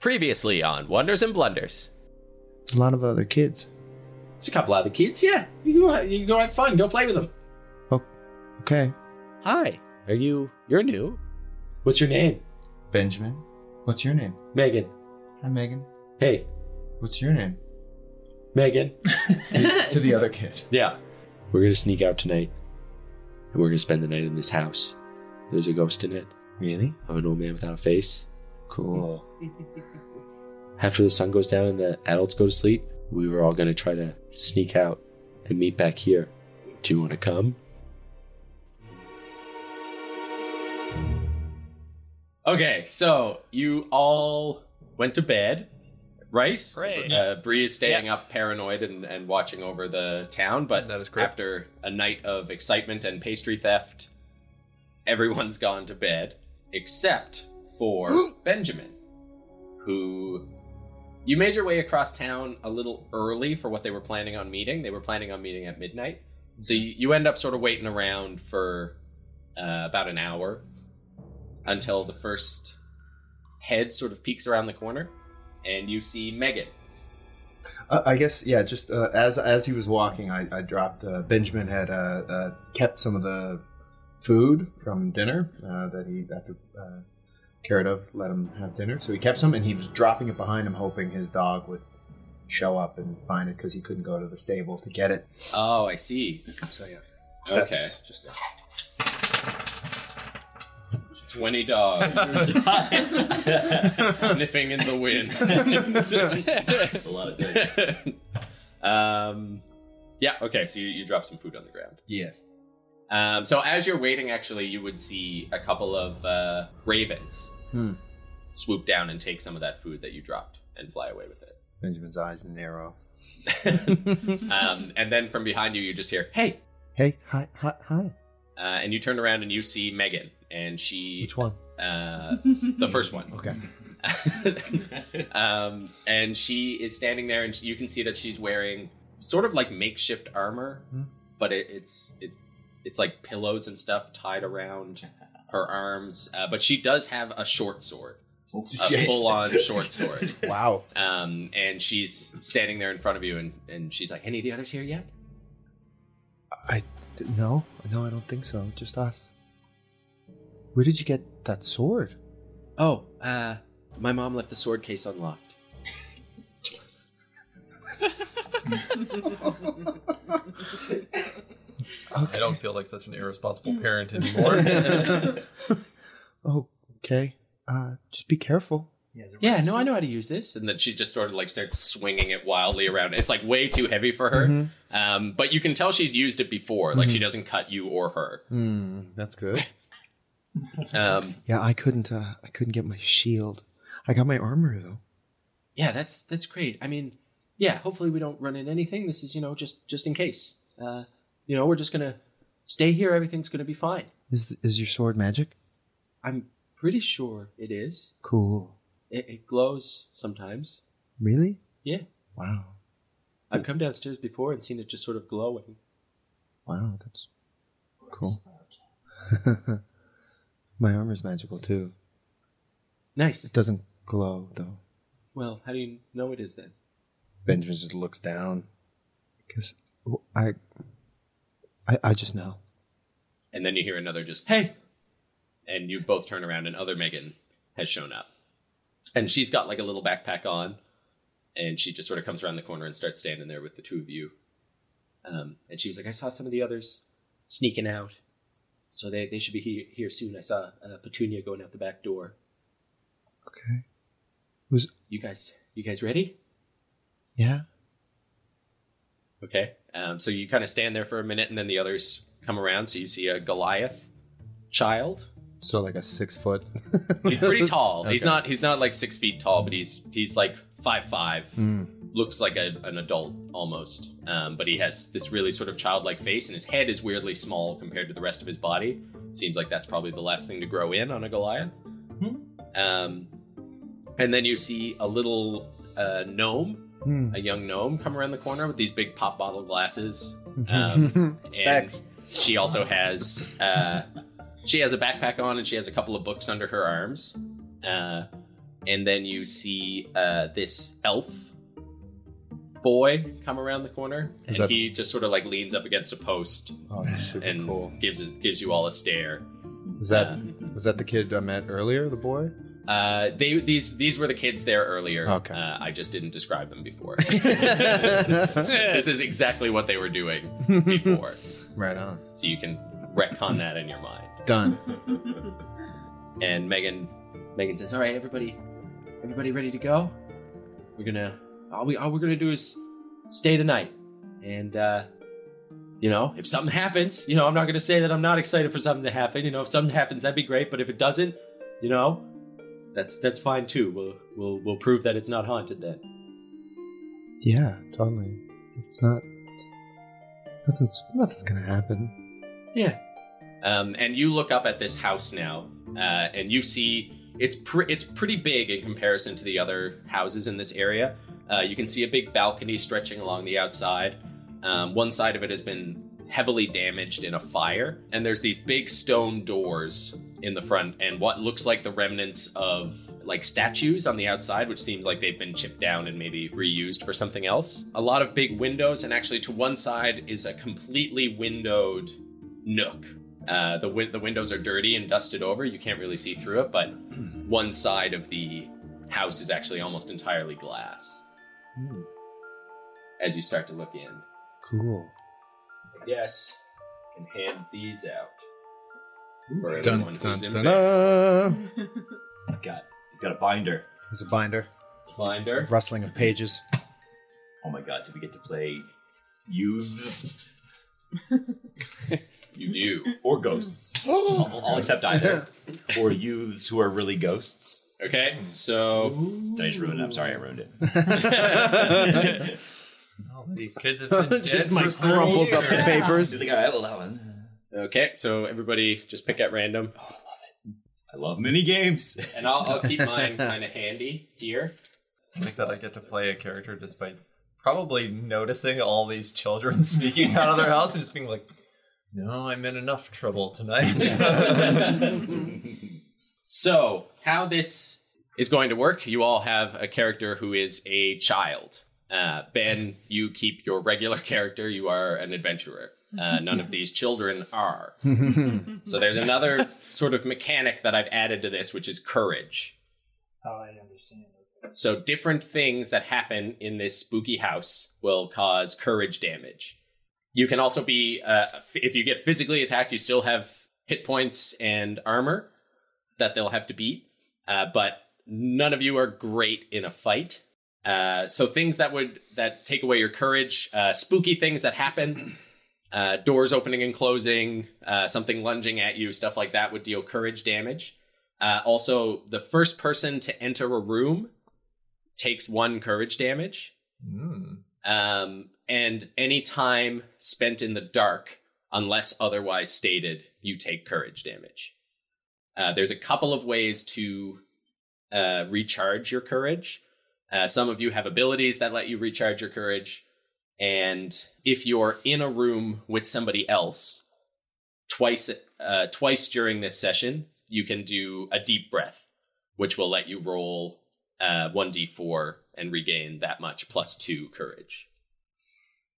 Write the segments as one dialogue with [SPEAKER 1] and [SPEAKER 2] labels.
[SPEAKER 1] Previously on Wonders and Blunders.
[SPEAKER 2] There's a lot of other kids.
[SPEAKER 3] It's a couple other kids, yeah. You can, go, you can go have fun. Go play with them.
[SPEAKER 2] Okay.
[SPEAKER 4] Hi. Are you? You're new.
[SPEAKER 3] What's your name?
[SPEAKER 2] Benjamin, what's your name?
[SPEAKER 3] Megan.
[SPEAKER 2] Hi, Megan.
[SPEAKER 3] Hey,
[SPEAKER 2] What's your name?
[SPEAKER 3] Megan.
[SPEAKER 2] to the other kid.
[SPEAKER 3] Yeah.
[SPEAKER 4] We're gonna sneak out tonight, and we're gonna spend the night in this house. There's a ghost in it.
[SPEAKER 2] Really?
[SPEAKER 4] I'm an old man without a face.
[SPEAKER 2] Cool.
[SPEAKER 4] After the sun goes down and the adults go to sleep, we were all gonna try to sneak out and meet back here. Do you want to come?
[SPEAKER 1] Okay, so you all went to bed, right?
[SPEAKER 5] Right.
[SPEAKER 1] Uh, Bree is staying up paranoid and, and watching over the town, but
[SPEAKER 5] That is correct.
[SPEAKER 1] after a night of excitement and pastry theft, everyone's gone to bed except for Benjamin, who you made your way across town a little early for what they were planning on meeting. They were planning on meeting at midnight. So you, you end up sort of waiting around for uh, about an hour until the first head sort of peeks around the corner and you see Megan.
[SPEAKER 2] Uh, I guess yeah. Just uh, as as he was walking, I, I dropped. Uh, Benjamin had uh, uh, kept some of the food from dinner uh, that he after uh, Karadov let him have dinner, so he kept some, and he was dropping it behind him, hoping his dog would show up and find it because he couldn't go to the stable to get it.
[SPEAKER 1] Oh, I see.
[SPEAKER 2] So yeah,
[SPEAKER 1] Okay.
[SPEAKER 2] that's just a-
[SPEAKER 1] 20 dogs sniffing in the wind.
[SPEAKER 3] That's a lot of
[SPEAKER 1] um, yeah, okay, so you, you drop some food on the ground.
[SPEAKER 2] yeah.
[SPEAKER 1] Um, so as you're waiting, actually, you would see a couple of uh, ravens
[SPEAKER 2] Hmm.
[SPEAKER 1] swoop down and take some of that food that you dropped and fly away with it.
[SPEAKER 2] Benjamin's eyes narrow.
[SPEAKER 1] um, and then from behind you, you just hear, hey!
[SPEAKER 2] Hey, hi, hi, hi.
[SPEAKER 1] Uh, and you turn around and you see Megan, and she,
[SPEAKER 2] Which one?
[SPEAKER 1] uh, the first one.
[SPEAKER 2] Okay.
[SPEAKER 1] um, and she is standing there, and you can see that she's wearing sort of like makeshift armor,
[SPEAKER 2] Hmm.
[SPEAKER 1] but it, it's it, it's like pillows and stuff tied around her arms. Uh, but she does have a short sword, a full-on short sword.
[SPEAKER 2] Wow.
[SPEAKER 1] Um, and she's standing there in front of you, and, and she's like, "Any of the others here yet?"
[SPEAKER 2] No, no, I don't think so. Just us. Where did you get that sword?
[SPEAKER 1] Oh, uh, my mom left the sword case unlocked.
[SPEAKER 5] I don't feel like such an irresponsible parent anymore.
[SPEAKER 2] okay. Uh, just be careful.
[SPEAKER 1] Yeah, no, I know how to use this. And then she just sort of like starts swinging it wildly around. It's like way too heavy for her. Um, but you can tell she's used it before. Like she doesn't cut you or her.
[SPEAKER 2] Mm, that's good.
[SPEAKER 1] Um,
[SPEAKER 2] yeah, I couldn't. Uh, I couldn't get my shield. I got my armor though.
[SPEAKER 1] yeah, that's that's great. I mean, yeah, hopefully we don't run into anything. This is you know just just in case. Uh, you know, we're just gonna stay here. Everything's gonna be fine.
[SPEAKER 2] Is is your sword magic?
[SPEAKER 1] I'm pretty sure it is.
[SPEAKER 2] Cool.
[SPEAKER 1] It, it glows sometimes.
[SPEAKER 2] Really?
[SPEAKER 1] Yeah,
[SPEAKER 2] Wow.
[SPEAKER 1] I've come downstairs before and seen it just sort of glowing.
[SPEAKER 2] Wow, that's cool. my armor's magical too.
[SPEAKER 1] Nice.
[SPEAKER 2] It doesn't glow though.
[SPEAKER 1] Well, how do you know it is then?
[SPEAKER 2] Benjamin just looks down. Because I, I, I just know.
[SPEAKER 1] And then you hear another just, hey! And you both turn around, and other Megan has shown up. And she's got like a little backpack on, and she just sort of comes around the corner and starts standing there with the two of you. Um, and she was like, I saw some of the others sneaking out. So they, they should be here, here soon. I saw uh, Petunia going out the back door.
[SPEAKER 2] Okay. Was
[SPEAKER 1] You guys, you guys ready?
[SPEAKER 2] yeah.
[SPEAKER 1] Okay. Um, so you kind of stand there for a minute, and then the others come around. So you see a Goliath child
[SPEAKER 2] So like a six foot.
[SPEAKER 1] He's pretty tall. He's
[SPEAKER 2] Okay.
[SPEAKER 1] not he's not like six feet tall, but he's he's like five five.
[SPEAKER 6] Um,
[SPEAKER 2] Mm.
[SPEAKER 1] Looks like a, an adult almost, um, but he has this really sort of childlike face, and his head is weirdly small compared to the rest of his body. Seems like that's probably the last thing to grow in on a Goliath.
[SPEAKER 2] Hmm.
[SPEAKER 1] Um, and then you see a little uh, gnome,
[SPEAKER 2] Hmm.
[SPEAKER 1] a young gnome, come around the corner with these big pop bottle glasses. Um,
[SPEAKER 2] Specs.
[SPEAKER 1] and she also has uh, she has a backpack on and she has a couple of books under her arms. Uh, and then you see uh, this elf boy come around the corner, and
[SPEAKER 2] Is that-
[SPEAKER 1] he just sort of like leans up against a post
[SPEAKER 2] Oh, that's super
[SPEAKER 1] and
[SPEAKER 2] cool.
[SPEAKER 1] gives gives you all a stare.
[SPEAKER 2] Is that
[SPEAKER 1] Uh,
[SPEAKER 2] was that the kid I met earlier? The boy.
[SPEAKER 1] Uh, they these these were the kids there earlier.
[SPEAKER 2] Okay.
[SPEAKER 1] Uh, I just didn't describe them before. this is exactly what they were doing before,
[SPEAKER 2] right on.
[SPEAKER 1] so you can retcon that in your mind.
[SPEAKER 2] Done.
[SPEAKER 1] And Megan, Megan says, "All right, everybody, everybody ready to go? We're gonna all we all we're gonna do is stay the night, and uh, you know, if something happens, you know, I'm not gonna say that I'm not excited for something to happen. You know, if something happens, that'd be great. But if it doesn't, you know, that's that's fine too. We'll we'll we'll prove that it's not haunted then."
[SPEAKER 2] Yeah, totally. It's not. Nothing's nothing's gonna happen.
[SPEAKER 1] Yeah. Um, and you look up at this house now, uh, and you see it's pre- it's pretty big in comparison to the other houses in this area. Uh, you can see a big balcony stretching along the outside. Um, one side of it has been heavily damaged in a fire, and there's these big stone doors in the front, and what looks like the remnants of like statues on the outside, which seems like they've been chipped down and maybe reused for something else. A lot of big windows, and actually to one side is a completely windowed nook. Uh, the win- the windows are dirty and dusted over. You can't really see through it, but
[SPEAKER 5] Hmm.
[SPEAKER 1] one side of the house is actually almost entirely glass.
[SPEAKER 2] Hmm.
[SPEAKER 1] As you start to look in,
[SPEAKER 2] Cool.
[SPEAKER 1] yes, and hand these out for
[SPEAKER 5] Dun,
[SPEAKER 1] everyone
[SPEAKER 5] dun,
[SPEAKER 1] who's in
[SPEAKER 5] dun.
[SPEAKER 1] bed.
[SPEAKER 2] Uh,
[SPEAKER 7] He's got he's got a binder.
[SPEAKER 2] there's a binder,
[SPEAKER 1] Binder.
[SPEAKER 2] rustling of pages.
[SPEAKER 7] Oh my god, did we get to play youths
[SPEAKER 1] You do.
[SPEAKER 7] or ghosts?
[SPEAKER 5] Oh.
[SPEAKER 7] I'll, I'll accept either. or youths who are really ghosts.
[SPEAKER 1] Okay, so
[SPEAKER 7] Did I just ruin it? I'm sorry, I ruined it.
[SPEAKER 5] Oh, These kids have been dead
[SPEAKER 2] Just
[SPEAKER 5] for
[SPEAKER 2] my
[SPEAKER 5] 30
[SPEAKER 2] crumples up the
[SPEAKER 5] years.
[SPEAKER 2] papers.
[SPEAKER 7] Really got- I love that one. Oh,
[SPEAKER 1] okay, so everybody just pick at random,
[SPEAKER 7] I love mini games.
[SPEAKER 1] and I'll, I'll keep mine kind of handy here.
[SPEAKER 5] I think that I get to play a character despite probably noticing all these children sneaking out of their house and just being like, "No, I'm in enough trouble tonight."
[SPEAKER 1] So, how this is going to work, you all have a character who is a child. Uh, ben, you keep your regular character, you are an adventurer. Uh, none of these children are. so, there's another sort of mechanic that I've added to this, which is courage.
[SPEAKER 8] Oh, I understand.
[SPEAKER 1] So, different things that happen in this spooky house will cause courage damage. You can also be, uh, if you get physically attacked, you still have hit points and armor that they'll have to beat. Uh, but none of you are great in a fight. Uh, so things that would that take away your courage, uh, spooky things that happen, uh, doors opening and closing, uh, something lunging at you, stuff like that would deal courage damage. Uh, also, the first person to enter a room takes one courage damage
[SPEAKER 5] Mm.
[SPEAKER 1] um, and any time spent in the dark, unless otherwise stated, you take courage damage. Uh, there's a couple of ways to uh, recharge your courage. Uh, some of you have abilities that let you recharge your courage. And if you're in a room with somebody else, twice uh, twice during this session, you can do a deep breath, which will let you roll uh, 1d4 and regain that much plus 2 courage.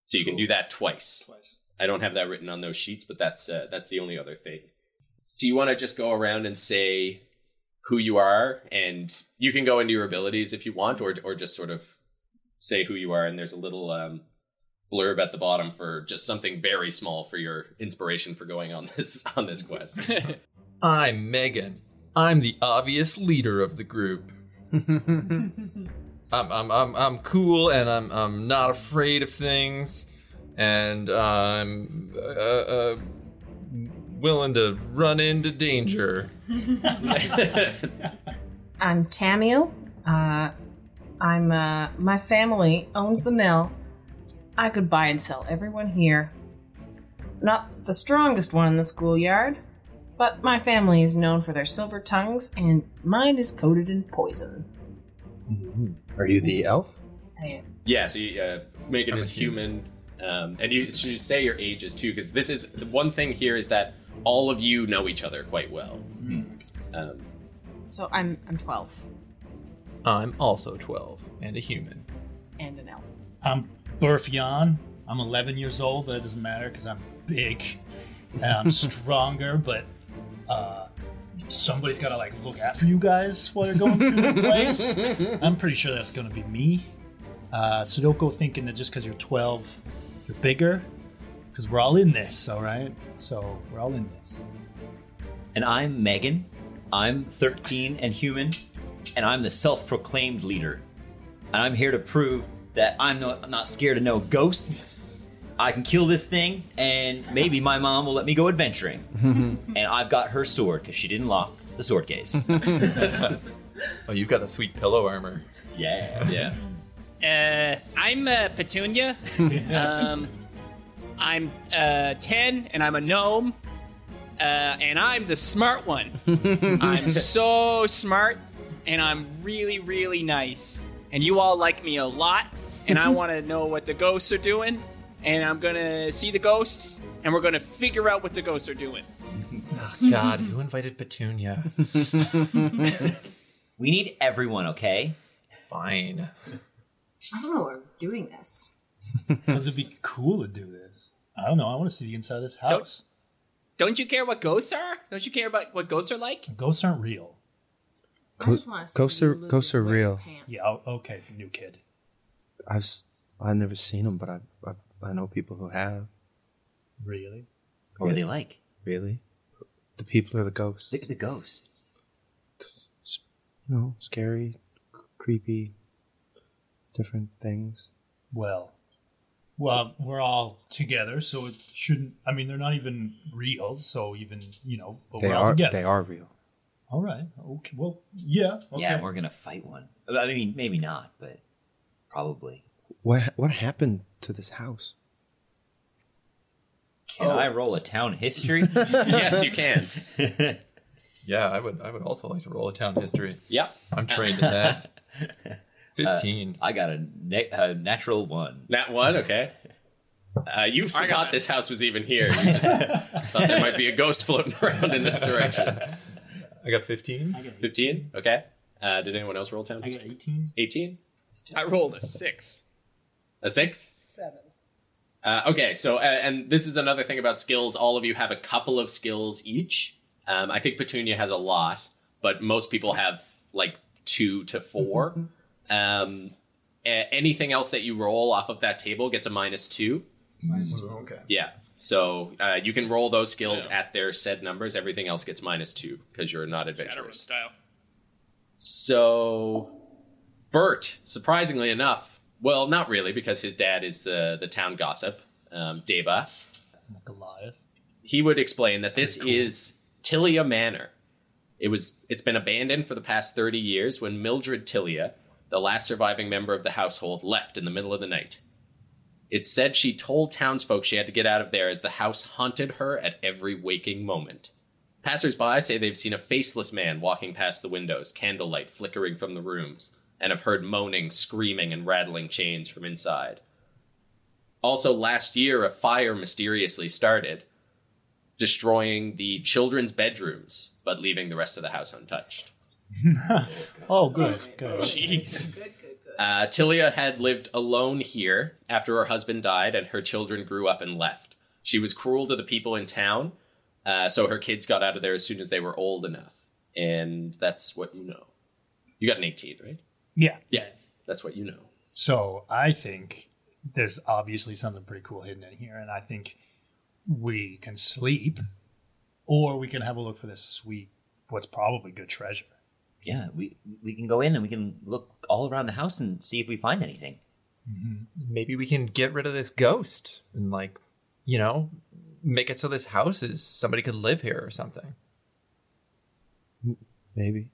[SPEAKER 1] So you can do that twice.
[SPEAKER 8] Twice.
[SPEAKER 1] I don't have that written on those sheets, but that's uh, that's the only other thing. Do you want to just go around and say who you are and you can go into your abilities if you want or or just sort of say who you are and there's a little um blurb at the bottom for just something very small for your inspiration for going on this on this quest.
[SPEAKER 5] I'm Megan. I'm the obvious leader of the group. I'm I'm I'm I'm cool and I'm I'm not afraid of things, and I'm uh, uh, willing to run into danger.
[SPEAKER 9] I'm Tamio. Uh, I'm uh, my family owns the mill. I could buy and sell everyone here. Not the strongest one in the schoolyard, but my family is known for their silver tongues, and mine is coated in poison.
[SPEAKER 2] Are you the elf?
[SPEAKER 9] I-
[SPEAKER 1] Yeah, so you, uh, Megan
[SPEAKER 5] I'm
[SPEAKER 1] is
[SPEAKER 5] a human.
[SPEAKER 1] human, um, and you should say your ages too, because this is the one thing here is that all of you know each other quite well. Um,
[SPEAKER 9] so I'm I'm 12.
[SPEAKER 5] I'm also 12 and a human.
[SPEAKER 9] and an elf.
[SPEAKER 8] I'm Burfion. I'm 11 years old, but it doesn't matter because I'm big and I'm stronger. But uh, somebody's got to like look after you guys while you're going through this place. I'm pretty sure that's going to be me. Uh, so don't go thinking that just because you're 12, you're bigger, because we're all in this, all right? So we're all in this.
[SPEAKER 7] And I'm Megan. I'm 13 and human, and I'm the self-proclaimed leader. And I'm here to prove that I'm not, I'm not scared of no ghosts. I can kill this thing, and maybe my mom will let me go adventuring. and I've got her sword because she didn't lock the sword case.
[SPEAKER 5] Oh, you've got the sweet pillow armor.
[SPEAKER 7] yeah.
[SPEAKER 1] Yeah.
[SPEAKER 6] Uh, I'm uh, Petunia. um, I'm uh, 10 and I'm a gnome. Uh, and I'm the smart one. I'm so smart and I'm really, really nice. And you all like me a lot. And I want to know what the ghosts are doing. And I'm going to see the ghosts and we're going to figure out what the ghosts are doing.
[SPEAKER 5] Oh, God, who invited Petunia?
[SPEAKER 7] We need everyone, okay?
[SPEAKER 5] Fine.
[SPEAKER 9] I don't know why we're doing this.
[SPEAKER 8] Because it'd be cool to do this. I don't know. I want to see the inside of this house.
[SPEAKER 6] Don't you care what ghosts are? Don't you care about what ghosts are like?
[SPEAKER 8] Ghosts aren't real.
[SPEAKER 9] I just wanna see
[SPEAKER 10] ghosts
[SPEAKER 9] you
[SPEAKER 10] are-
[SPEAKER 9] lose
[SPEAKER 10] ghosts
[SPEAKER 9] your
[SPEAKER 10] are
[SPEAKER 9] fucking
[SPEAKER 10] real.
[SPEAKER 9] pants.
[SPEAKER 8] Yeah, o- okay, new kid.
[SPEAKER 10] I've s- I've never seen them, but I've, I've I know people who have.
[SPEAKER 8] Really?
[SPEAKER 7] What are they like?
[SPEAKER 10] Really, the people are the ghosts.
[SPEAKER 7] Look at the ghosts.
[SPEAKER 10] You know, scary, c- creepy, different things.
[SPEAKER 8] Well, well, we're all together, so it shouldn't. I mean, they're not even real, so even you know, but
[SPEAKER 10] They
[SPEAKER 8] we're all
[SPEAKER 10] are
[SPEAKER 8] together.
[SPEAKER 10] they are real.
[SPEAKER 8] All right. Okay. Well, yeah. Okay.
[SPEAKER 7] Yeah, we're gonna fight one. I mean, maybe not, but probably.
[SPEAKER 10] What what happened to this house?
[SPEAKER 7] Can
[SPEAKER 5] Oh.
[SPEAKER 7] I roll a town history?
[SPEAKER 1] yes, you can.
[SPEAKER 5] Yeah, I would. I would also like to roll a town history.
[SPEAKER 1] Yep.
[SPEAKER 5] I'm trained in that. Fifteen.
[SPEAKER 7] Uh, I got a, na- a natural one.
[SPEAKER 1] That one, okay. Uh, you forgot this house was even here. You just thought there might be a ghost floating around in this direction.
[SPEAKER 5] I got fifteen.
[SPEAKER 1] 15, okay. Uh, did anyone else roll town?
[SPEAKER 8] I got 18.
[SPEAKER 1] 18?
[SPEAKER 6] I rolled a six.
[SPEAKER 1] A 6?
[SPEAKER 9] Seven.
[SPEAKER 1] Uh, okay, so uh, and this is another thing about skills. All of you have a couple of skills each. Um, I think Petunia has a lot, but most people have like two to four. Um, a- anything else that you roll off of that table gets a minus two.
[SPEAKER 5] Okay.
[SPEAKER 1] Yeah. So uh, you can roll those skills at their said numbers. Everything else gets minus two because you're not
[SPEAKER 6] Shadowrun
[SPEAKER 1] adventurous.
[SPEAKER 6] style.
[SPEAKER 1] So, Bert, surprisingly enough, well, not really because his dad is the the town gossip, um, Deva.
[SPEAKER 8] Goliath.
[SPEAKER 1] he would explain that this is Tilia Manor. It was it's been abandoned for the past 30 years when Mildred Tilia, the last surviving member of the household, left in the middle of the night. It said she told townsfolk she had to get out of there as the house haunted her at every waking moment. Passersby say they've seen a faceless man walking past the windows, candlelight flickering from the rooms, and have heard moaning, screaming, and rattling chains from inside. Also, last year, a fire mysteriously started, destroying the children's bedrooms, but leaving the rest of the house untouched.
[SPEAKER 8] Oh, good. Good.
[SPEAKER 6] Jeez.
[SPEAKER 9] Good, good, good.
[SPEAKER 1] Uh, Tilia had lived alone here after her husband died and her children grew up and left. She was cruel to the people in town, uh, so her kids got out of there as soon as they were old enough. And that's what you know. You got an 18, right?
[SPEAKER 8] Yeah.
[SPEAKER 1] Yeah, that's what you know.
[SPEAKER 8] So I think there's obviously something pretty cool hidden in here, and I think we can sleep, or we can have a look for this sweet, what's probably good treasure.
[SPEAKER 7] Yeah, we we can go in and we can look all around the house and see if we find anything.
[SPEAKER 8] mm-hmm.
[SPEAKER 5] Maybe we can get rid of this ghost and like, you know, make it so this house is somebody could live here or something.
[SPEAKER 10] Maybe.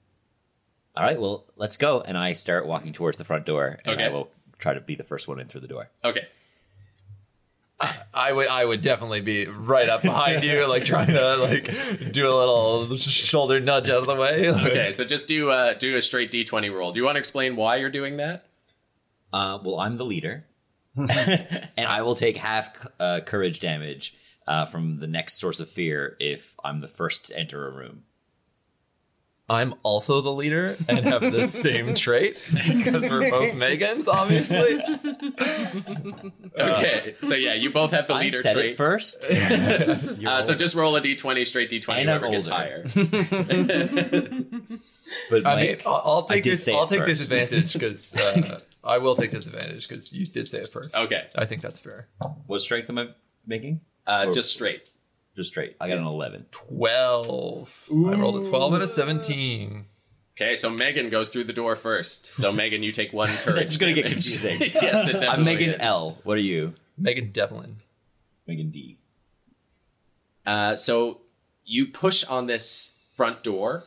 [SPEAKER 7] All right, well, let's go. And I start walking towards the front door, and I
[SPEAKER 1] Okay.
[SPEAKER 7] will try to be the first one in through the door.
[SPEAKER 1] Okay.
[SPEAKER 5] I would I would definitely be right up behind you, like trying to like do a little sh- shoulder nudge out of the way.
[SPEAKER 1] Okay, so just do uh, do a straight d20 roll. Do you want to explain why you're doing that?
[SPEAKER 7] Uh, well, I'm the leader, and I will take half uh, courage damage uh, from the next source of fear if I'm the first to enter a room.
[SPEAKER 5] I'm also the leader and have the same trait because we're both Megans, obviously.
[SPEAKER 1] Okay, so yeah, you both have the leader
[SPEAKER 7] I said
[SPEAKER 1] trait
[SPEAKER 7] it first.
[SPEAKER 1] Uh, so just roll a d20 straight d20
[SPEAKER 7] And I'm
[SPEAKER 1] whoever gets
[SPEAKER 7] older.
[SPEAKER 1] higher.
[SPEAKER 7] But
[SPEAKER 5] I mean,
[SPEAKER 7] Mike,
[SPEAKER 5] I'll, I'll take
[SPEAKER 7] did
[SPEAKER 5] dis-
[SPEAKER 7] say it
[SPEAKER 5] I'll take
[SPEAKER 7] first.
[SPEAKER 5] disadvantage because uh, I will take disadvantage because you did say it first.
[SPEAKER 1] Okay.
[SPEAKER 5] I think that's fair.
[SPEAKER 7] what strength am I making?
[SPEAKER 1] Uh, just straight.
[SPEAKER 7] Just straight. I got an 11.
[SPEAKER 5] Twelve. I rolled a twelve and a seventeen.
[SPEAKER 1] Okay, so Megan goes through the door first. So Megan, you take one courage.
[SPEAKER 7] It's gonna get
[SPEAKER 1] damage.
[SPEAKER 7] confusing.
[SPEAKER 1] yes, it definitely
[SPEAKER 7] I'm Megan
[SPEAKER 1] is.
[SPEAKER 7] L. What are you?
[SPEAKER 5] Megan Devlin.
[SPEAKER 7] Megan D.
[SPEAKER 1] Uh, so you push on this front door,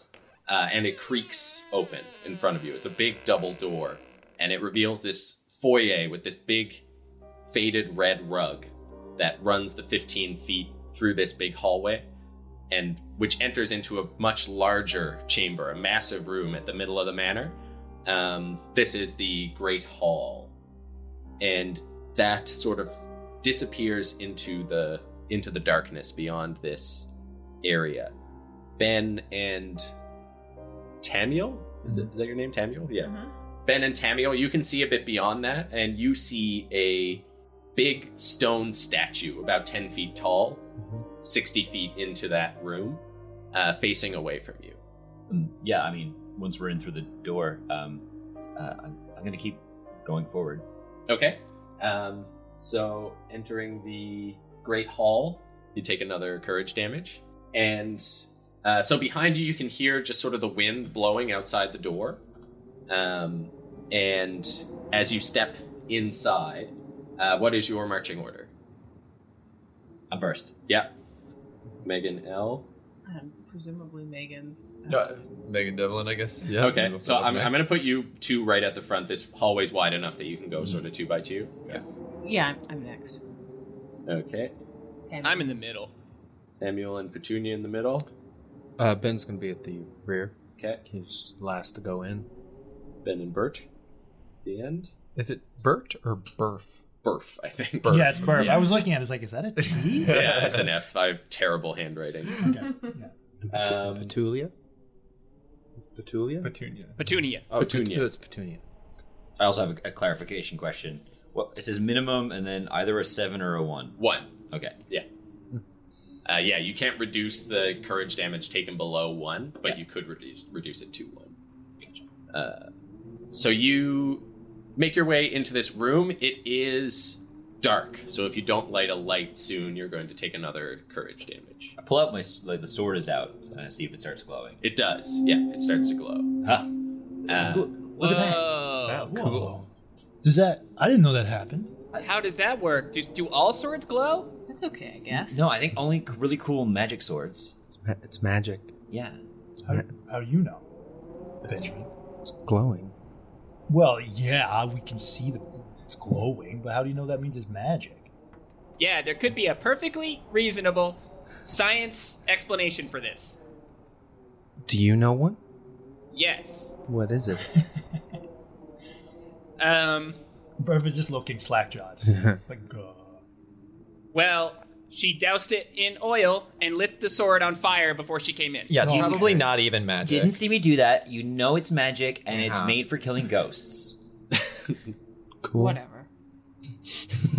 [SPEAKER 1] uh, and it creaks open in front of you. It's a big double door, and it reveals this foyer with this big faded red rug that runs the 15 feet through this big hallway, and which enters into a much larger chamber, a massive room at the middle of the manor. Um, this is the Great Hall, and that sort of disappears into the into the darkness beyond this area. Ben and Tamiel? Is,
[SPEAKER 7] Mm-hmm.
[SPEAKER 1] it, is that your name, Tamiel? Yeah.
[SPEAKER 9] Mhm.
[SPEAKER 1] Ben and Tamiel, you can see a bit beyond that, and you see a big stone statue about 10 feet tall,
[SPEAKER 7] Mm-hmm.
[SPEAKER 1] 60 feet into that room, uh, facing away from you.
[SPEAKER 7] Um, yeah, I mean, once we're in through the door, um, uh, I'm, I'm going to keep going forward.
[SPEAKER 1] Okay. Um, so entering the Great Hall, you take another courage damage. And uh, so behind you, you can hear just sort of the wind blowing outside the door. Um, and as you step inside, uh, what is your marching order?
[SPEAKER 7] I'm first.
[SPEAKER 1] Yeah. Megan L.
[SPEAKER 9] Um, presumably Megan.
[SPEAKER 5] No, uh, Megan Devlin, I guess. Yeah.
[SPEAKER 1] Okay,
[SPEAKER 5] we'll
[SPEAKER 1] so
[SPEAKER 5] put up
[SPEAKER 1] I'm,
[SPEAKER 5] next.
[SPEAKER 1] I'm going to put you two right at the front. This hallway's wide enough that you can go sort of two by two. Yeah.
[SPEAKER 9] Yeah, I'm, I'm next.
[SPEAKER 1] Okay.
[SPEAKER 9] Tammy.
[SPEAKER 6] I'm in the middle.
[SPEAKER 1] Samuel and Petunia in the middle.
[SPEAKER 10] Uh, Ben's gonna be at the rear.
[SPEAKER 1] Okay.
[SPEAKER 10] He's last to go in.
[SPEAKER 1] Ben and Birch. The end.
[SPEAKER 5] Is it Bert or Burf?
[SPEAKER 1] Burf, I think.
[SPEAKER 8] Yeah, it's burp.
[SPEAKER 5] Yeah.
[SPEAKER 8] I was looking at it, I was like, is that a T?
[SPEAKER 1] yeah, it's an F. I have terrible handwriting.
[SPEAKER 8] okay.
[SPEAKER 10] And Petu-
[SPEAKER 1] Um,
[SPEAKER 10] and Petulia. It's Petulia.
[SPEAKER 5] Petunia.
[SPEAKER 6] Petunia.
[SPEAKER 10] oh, Pet-
[SPEAKER 1] Petunia.
[SPEAKER 10] it's Petunia.
[SPEAKER 7] I also have a, a clarification question. What it says minimum and then either a 7 or a 1.
[SPEAKER 1] One.
[SPEAKER 7] Okay.
[SPEAKER 1] Yeah. Uh, yeah, you can't reduce the courage damage taken below one, but you could reduce reduce it to one. Uh, so you make your way into this room. It is dark, so if you don't light a light soon, you're going to take another courage damage.
[SPEAKER 7] I pull out my, s- like, the sword is out, and I see if it starts glowing.
[SPEAKER 1] It does. Yeah, it starts to glow.
[SPEAKER 7] Huh.
[SPEAKER 1] Uh,
[SPEAKER 6] Look at
[SPEAKER 8] Cool. Does that? I didn't know that happened.
[SPEAKER 6] How does that work? Do, do all swords glow?
[SPEAKER 9] That's okay, I guess.
[SPEAKER 7] No, I think only c- really cool magic swords.
[SPEAKER 10] It's, ma- it's magic.
[SPEAKER 7] Yeah.
[SPEAKER 8] How, how do you know? Benjamin?
[SPEAKER 10] It's glowing.
[SPEAKER 8] Well, yeah, we can see the it's glowing, but how do you know that means it's magic?
[SPEAKER 6] Yeah, there could be a perfectly reasonable science explanation for this.
[SPEAKER 10] Do you know one?
[SPEAKER 6] Yes.
[SPEAKER 10] What is it?
[SPEAKER 6] Um,
[SPEAKER 8] Bertha's just looking slack jawed. like, uh,
[SPEAKER 6] well, she doused it in oil and lit the sword on fire before she came in.
[SPEAKER 5] Yeah, it's
[SPEAKER 8] Oh,
[SPEAKER 5] probably
[SPEAKER 8] okay.
[SPEAKER 5] not even magic.
[SPEAKER 7] Didn't see me do that. You know it's magic, and it's
[SPEAKER 5] Yeah.
[SPEAKER 7] made for killing ghosts.
[SPEAKER 10] cool.
[SPEAKER 9] whatever.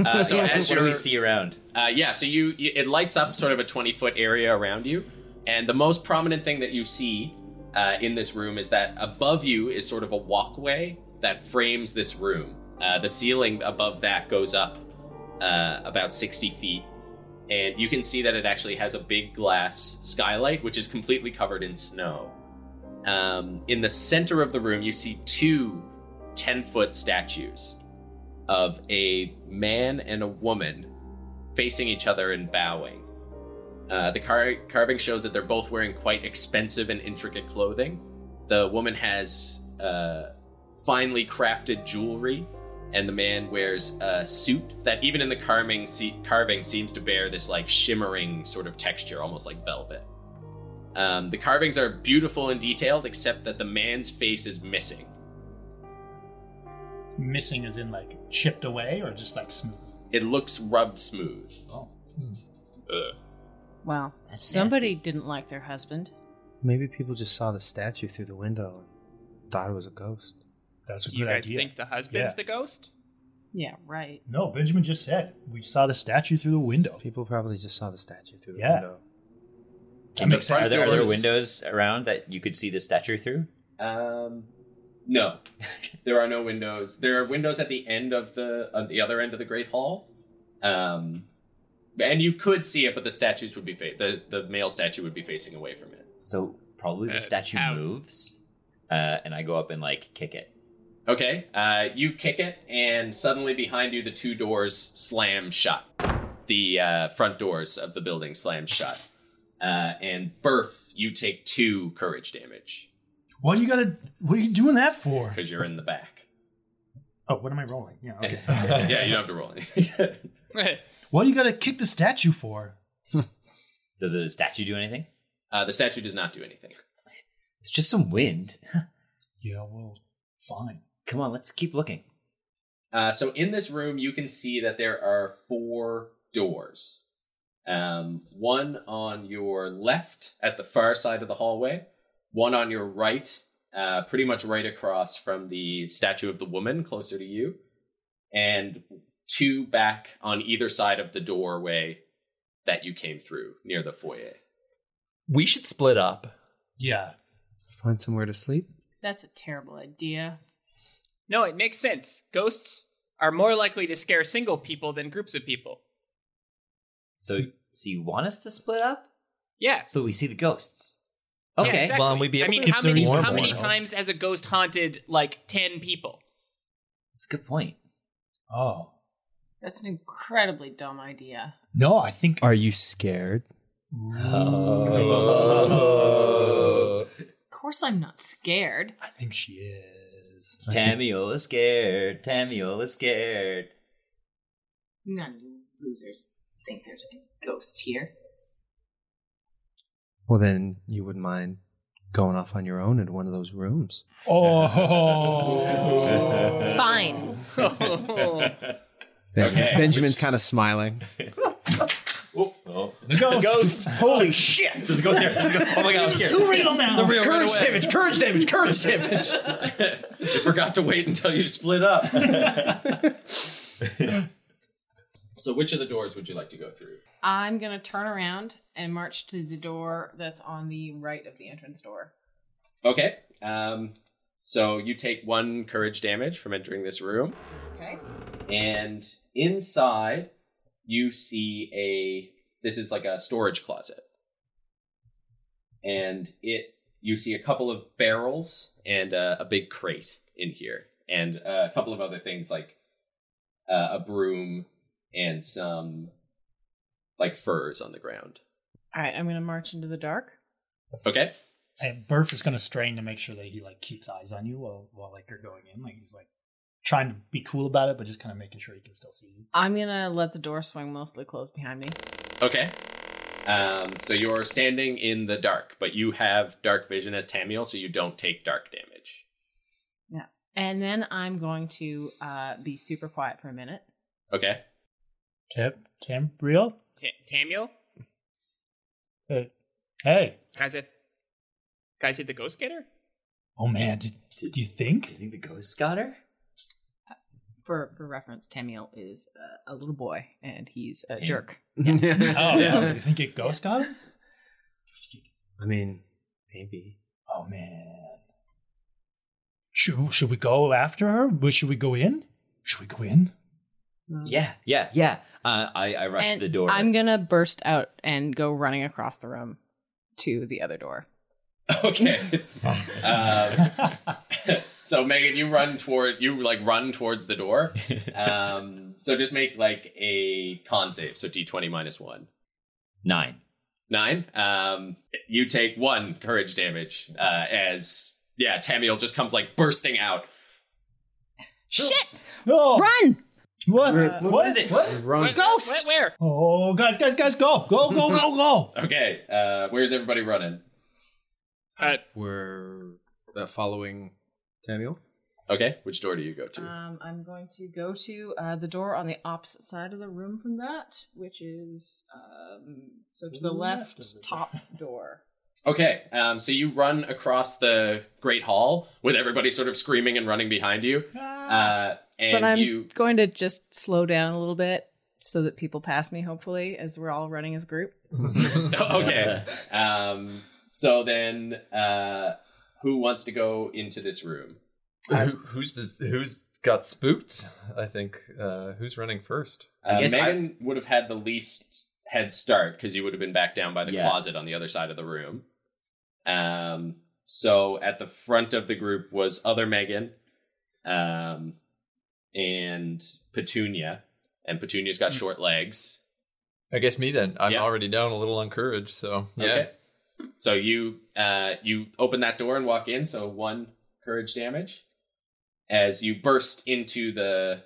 [SPEAKER 1] uh, so
[SPEAKER 7] What
[SPEAKER 1] as
[SPEAKER 7] do
[SPEAKER 1] you're
[SPEAKER 7] we see around?
[SPEAKER 1] Uh, yeah, so you, you it lights up sort of a twenty foot area around you, and the most prominent thing that you see uh, in this room is that above you is sort of a walkway that frames this room. Uh, the ceiling above that goes up uh, about sixty feet, and you can see that it actually has a big glass skylight, which is completely covered in snow. Um, in the center of the room, you see two 10 foot statues of a man and a woman facing each other and bowing. Uh, the car- carving shows that they're both wearing quite expensive and intricate clothing. The woman has uh, finely crafted jewelry, and the man wears a suit that, even in the carving, se- carving seems to bear this like shimmering sort of texture, almost like velvet. Um, the carvings are beautiful and detailed, except that the man's face is missing.
[SPEAKER 8] missing is in like chipped away or just like smooth.
[SPEAKER 1] It looks rubbed smooth.
[SPEAKER 8] Oh.
[SPEAKER 9] Wow.
[SPEAKER 7] That's
[SPEAKER 9] Somebody
[SPEAKER 7] nasty.
[SPEAKER 9] didn't like their husband.
[SPEAKER 10] Maybe people just saw the statue through the window and thought it was a ghost.
[SPEAKER 8] That's a
[SPEAKER 6] Do you
[SPEAKER 8] good
[SPEAKER 6] guys
[SPEAKER 8] idea.
[SPEAKER 6] think the husband's
[SPEAKER 8] Yeah.
[SPEAKER 6] the ghost?
[SPEAKER 9] Yeah, right.
[SPEAKER 8] No, Benjamin just said we saw the statue through the window.
[SPEAKER 10] People probably just saw the statue through the
[SPEAKER 8] Yeah.
[SPEAKER 10] window.
[SPEAKER 8] That makes
[SPEAKER 6] sense.
[SPEAKER 7] Are there, are there
[SPEAKER 6] doors-
[SPEAKER 7] windows around that you could see the statue through?
[SPEAKER 1] Um, no, there are no windows. There are windows at the end of the on the other end of the great hall, um, and you could see it, but the statues would be fa- the the male statue would be facing away from it.
[SPEAKER 7] So probably the
[SPEAKER 6] Uh,
[SPEAKER 7] statue
[SPEAKER 6] out.
[SPEAKER 7] moves, uh, and I go up and like kick it.
[SPEAKER 1] Okay, uh, you kick it, and suddenly behind you, the two doors slam shut. The uh, front doors of the building slam shut, uh, and Berth, you take two courage damage
[SPEAKER 8] What do you gotta? What are you doing that for?
[SPEAKER 1] because you're in the back.
[SPEAKER 8] Oh, what am I rolling? Yeah, okay.
[SPEAKER 1] yeah, you don't have to roll anything.
[SPEAKER 8] what do you gotta kick the statue for?
[SPEAKER 7] Does the statue do anything?
[SPEAKER 1] uh, the statue does not do anything.
[SPEAKER 7] It's just some wind.
[SPEAKER 8] Yeah, well, fine.
[SPEAKER 7] Come on, let's keep looking.
[SPEAKER 1] Uh, so in this room, you can see that there are four doors. Um, one on your left at the far side of the hallway, one on your right, uh, pretty much right across from the statue of the woman closer to you, and two back on either side of the doorway that you came through near the foyer.
[SPEAKER 5] We should split up.
[SPEAKER 8] Yeah,
[SPEAKER 10] Find somewhere to sleep.
[SPEAKER 9] That's a terrible idea.
[SPEAKER 6] No, it makes sense. Ghosts are more likely to scare single people than groups of people.
[SPEAKER 7] So,
[SPEAKER 8] Hmm.
[SPEAKER 7] so you want us to split up
[SPEAKER 6] Yeah.
[SPEAKER 7] so we see the ghosts?
[SPEAKER 6] Yeah,
[SPEAKER 7] Okay.
[SPEAKER 6] exactly.
[SPEAKER 5] Well, and we'd be
[SPEAKER 6] I
[SPEAKER 5] able
[SPEAKER 6] mean,
[SPEAKER 5] to
[SPEAKER 6] how
[SPEAKER 5] discern
[SPEAKER 6] many,
[SPEAKER 5] more
[SPEAKER 6] how
[SPEAKER 5] about
[SPEAKER 6] many
[SPEAKER 5] it.
[SPEAKER 6] times has a ghost haunted like 10 people?
[SPEAKER 7] That's a good point.
[SPEAKER 8] Oh.
[SPEAKER 9] That's an incredibly dumb idea.
[SPEAKER 8] No, I think.
[SPEAKER 10] Are you scared?
[SPEAKER 8] Oh.
[SPEAKER 9] Of course, I'm not scared.
[SPEAKER 8] I think she is.
[SPEAKER 7] Tamiola's scared. Tamiola's scared.
[SPEAKER 9] None of you losers think there's any ghosts here.
[SPEAKER 10] Well, then you wouldn't mind going off on your own in one of those rooms.
[SPEAKER 8] Oh.
[SPEAKER 9] Fine.
[SPEAKER 1] Okay.
[SPEAKER 10] Benjamin's kind of smiling.
[SPEAKER 8] the ghost.
[SPEAKER 10] Holy shit!
[SPEAKER 7] There's a ghost here. There's a ghost. Oh my god, I'm scared.
[SPEAKER 8] Too real now. The real
[SPEAKER 10] Courage damage! Courage damage! Courage damage!
[SPEAKER 1] You forgot to wait until you split up. so, which of the doors would you like to go through?
[SPEAKER 9] I'm gonna turn around and march to the door that's on the right of the entrance door.
[SPEAKER 1] Okay. Um, so you take one courage damage from entering this room,
[SPEAKER 9] Okay.
[SPEAKER 1] and inside you see a. This is like a storage closet, and it you see a couple of barrels and uh, a big crate in here, and uh, a couple of other things like uh, a broom and some like furs on the ground.
[SPEAKER 9] All right. I'm gonna march into the dark.
[SPEAKER 1] Okay.
[SPEAKER 8] And Burf is gonna strain to make sure that he like keeps eyes on you while while like you're going in. Like he's like trying to be cool about it, but just kind of making sure he can still see you.
[SPEAKER 9] I'm gonna let the door swing mostly closed behind me.
[SPEAKER 1] Okay. Um, so you're standing in the dark, but you have dark vision as Tamiel, so you don't take dark damage.
[SPEAKER 9] And then I'm going to uh, be super quiet for a minute.
[SPEAKER 1] Okay.
[SPEAKER 8] Tip, Tim, real.
[SPEAKER 6] T- Tamiel?
[SPEAKER 8] Hey.
[SPEAKER 6] Guys at Guys at the Ghost Getter?
[SPEAKER 8] Oh man, did, do you think?
[SPEAKER 7] You think the ghost got her?
[SPEAKER 9] For for reference, Tamiel is uh, a little boy and he's a
[SPEAKER 7] Him.
[SPEAKER 9] jerk.
[SPEAKER 8] Oh, you think it ghost got him?
[SPEAKER 10] I mean, maybe.
[SPEAKER 8] Oh man. Should should we go after her? Well, Should we go in? Should we go in?
[SPEAKER 7] Yeah, yeah, yeah. Uh, I I rush
[SPEAKER 9] And
[SPEAKER 7] to the door.
[SPEAKER 9] I'm gonna burst out and go running across the room to the other door.
[SPEAKER 1] Okay. um, so Megan, you run toward you like run towards the door. Um, so just make like a con save. So D twenty minus one.
[SPEAKER 7] Nine.
[SPEAKER 1] Nine. Um, you take one courage damage. Uh, as yeah, Tamiel just comes like bursting out.
[SPEAKER 9] Shit!
[SPEAKER 8] No.
[SPEAKER 9] Run!
[SPEAKER 8] What?
[SPEAKER 2] Uh,
[SPEAKER 8] what is it? What?
[SPEAKER 2] Run.
[SPEAKER 9] Ghost!
[SPEAKER 6] Where? where?
[SPEAKER 8] Oh, guys, guys, guys, go, go, go, go, go!
[SPEAKER 1] Okay. Uh, where's everybody running?
[SPEAKER 6] Uh,
[SPEAKER 2] We're uh, following Tamiel.
[SPEAKER 1] Okay. Which door do you go to?
[SPEAKER 9] Um, I'm going to go to uh, the door on the opposite side of the room from that, which is um, so to the left,
[SPEAKER 8] Left of the door.
[SPEAKER 9] top door.
[SPEAKER 1] Okay, um, so you run across the Great Hall with everybody sort of screaming and running behind you.
[SPEAKER 8] Ah.
[SPEAKER 1] Uh,
[SPEAKER 9] but
[SPEAKER 1] and
[SPEAKER 9] I'm
[SPEAKER 1] you
[SPEAKER 9] going to just slow down a little bit so that people pass me, hopefully, as we're all running as a group.
[SPEAKER 1] okay. Um, so then, uh, who wants to go into this room?
[SPEAKER 5] Who, who's this, who's got spooked? I think uh, who's running first?
[SPEAKER 1] Uh, Megan would have had the least head start because you would have been back down by the
[SPEAKER 5] Yeah.
[SPEAKER 1] closet on the other side of the room. Um, so at the front of the group was other Megan, um, and Petunia, and Petunia's got short legs.
[SPEAKER 5] I guess me then. I'm already down a little on courage, so yeah.
[SPEAKER 1] Okay. So you uh, you open that door and walk in. So one courage damage as you burst into the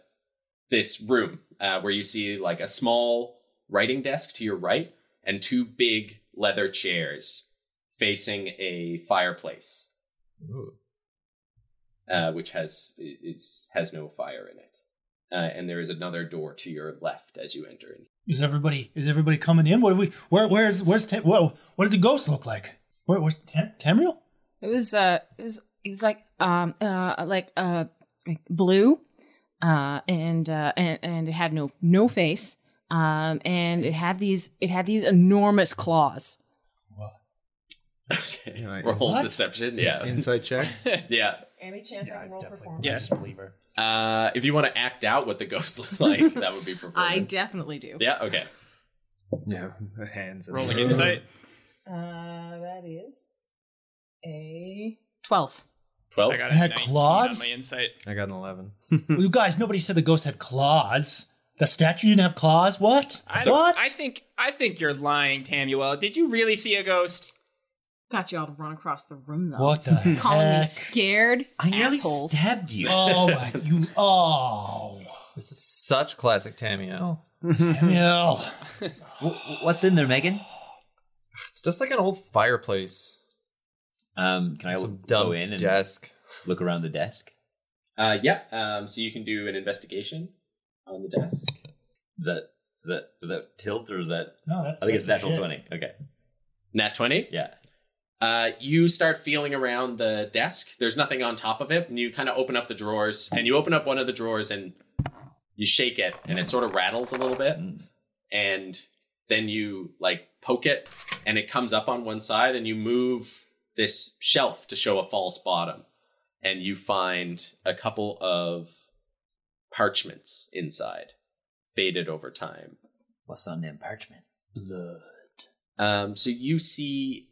[SPEAKER 1] this room uh, where you see like a small writing desk to your right and two big leather chairs facing a fireplace,
[SPEAKER 5] Ooh.
[SPEAKER 1] uh, which has i- it's has no fire in it. Uh, and there is another door to your left as you enter.
[SPEAKER 8] Is everybody is everybody coming in? What are we? Where where's where's Tam, what what did the ghost look like? Where was Tam, Tamriel?
[SPEAKER 9] It was uh it was it was like um uh like uh like blue uh and uh and, and it had no no face um and it had these it had these enormous claws.
[SPEAKER 1] Can I roll
[SPEAKER 2] What?
[SPEAKER 1] deception? Yeah.
[SPEAKER 2] Insight check.
[SPEAKER 1] yeah.
[SPEAKER 9] Any chance I can roll performance?
[SPEAKER 1] Yes, believer. Uh, if you want to act out what the ghosts look like, that would be preferred.
[SPEAKER 9] I definitely do.
[SPEAKER 1] Yeah. Okay.
[SPEAKER 2] Yeah, the hands. in
[SPEAKER 6] Rolling
[SPEAKER 2] the-
[SPEAKER 6] insight.
[SPEAKER 9] Uh that is a 12.
[SPEAKER 1] Twelve.
[SPEAKER 6] I got
[SPEAKER 8] It
[SPEAKER 6] a
[SPEAKER 8] had
[SPEAKER 6] 19
[SPEAKER 8] claws?
[SPEAKER 6] on my insight.
[SPEAKER 10] I got an 11.
[SPEAKER 8] Well, you guys, nobody said the ghost had claws. The statue didn't have claws. What?
[SPEAKER 6] I, don't-
[SPEAKER 8] what?
[SPEAKER 6] I think I think you're lying, Tamuel. Did you really see a ghost?
[SPEAKER 9] Got y'all to run across the room though.
[SPEAKER 8] What the
[SPEAKER 9] Calling me
[SPEAKER 8] heck?
[SPEAKER 9] scared
[SPEAKER 7] I nearly
[SPEAKER 9] assholes.
[SPEAKER 7] stabbed you.
[SPEAKER 8] Oh my! You oh,
[SPEAKER 5] This is such classic Tamiel.
[SPEAKER 8] Tamriel.
[SPEAKER 7] Wh- What's in there, Megan?
[SPEAKER 5] It's just like an old fireplace.
[SPEAKER 7] Um, can I
[SPEAKER 5] Some
[SPEAKER 7] go
[SPEAKER 5] dumb
[SPEAKER 7] in and
[SPEAKER 5] desk.
[SPEAKER 7] look around the desk?
[SPEAKER 1] Uh, yeah. Um, so you can do an investigation on the desk.
[SPEAKER 7] That is that was that tilt or is that?
[SPEAKER 8] No, that's.
[SPEAKER 7] I think it's
[SPEAKER 8] that's
[SPEAKER 7] natural twenty.
[SPEAKER 8] shit.
[SPEAKER 7] Okay,
[SPEAKER 1] Nat twenty.
[SPEAKER 7] yeah.
[SPEAKER 1] Uh, you start feeling around the desk. There's nothing on top of it, and you kind of open up the drawers. And you open up one of the drawers, and you shake it, and it sort of rattles a little bit. And then you like poke it, and it comes up on one side, and you move this shelf to show a false bottom, and you find a couple of parchments inside, faded over time.
[SPEAKER 7] What's on them parchments? Blood.
[SPEAKER 1] Um, so you see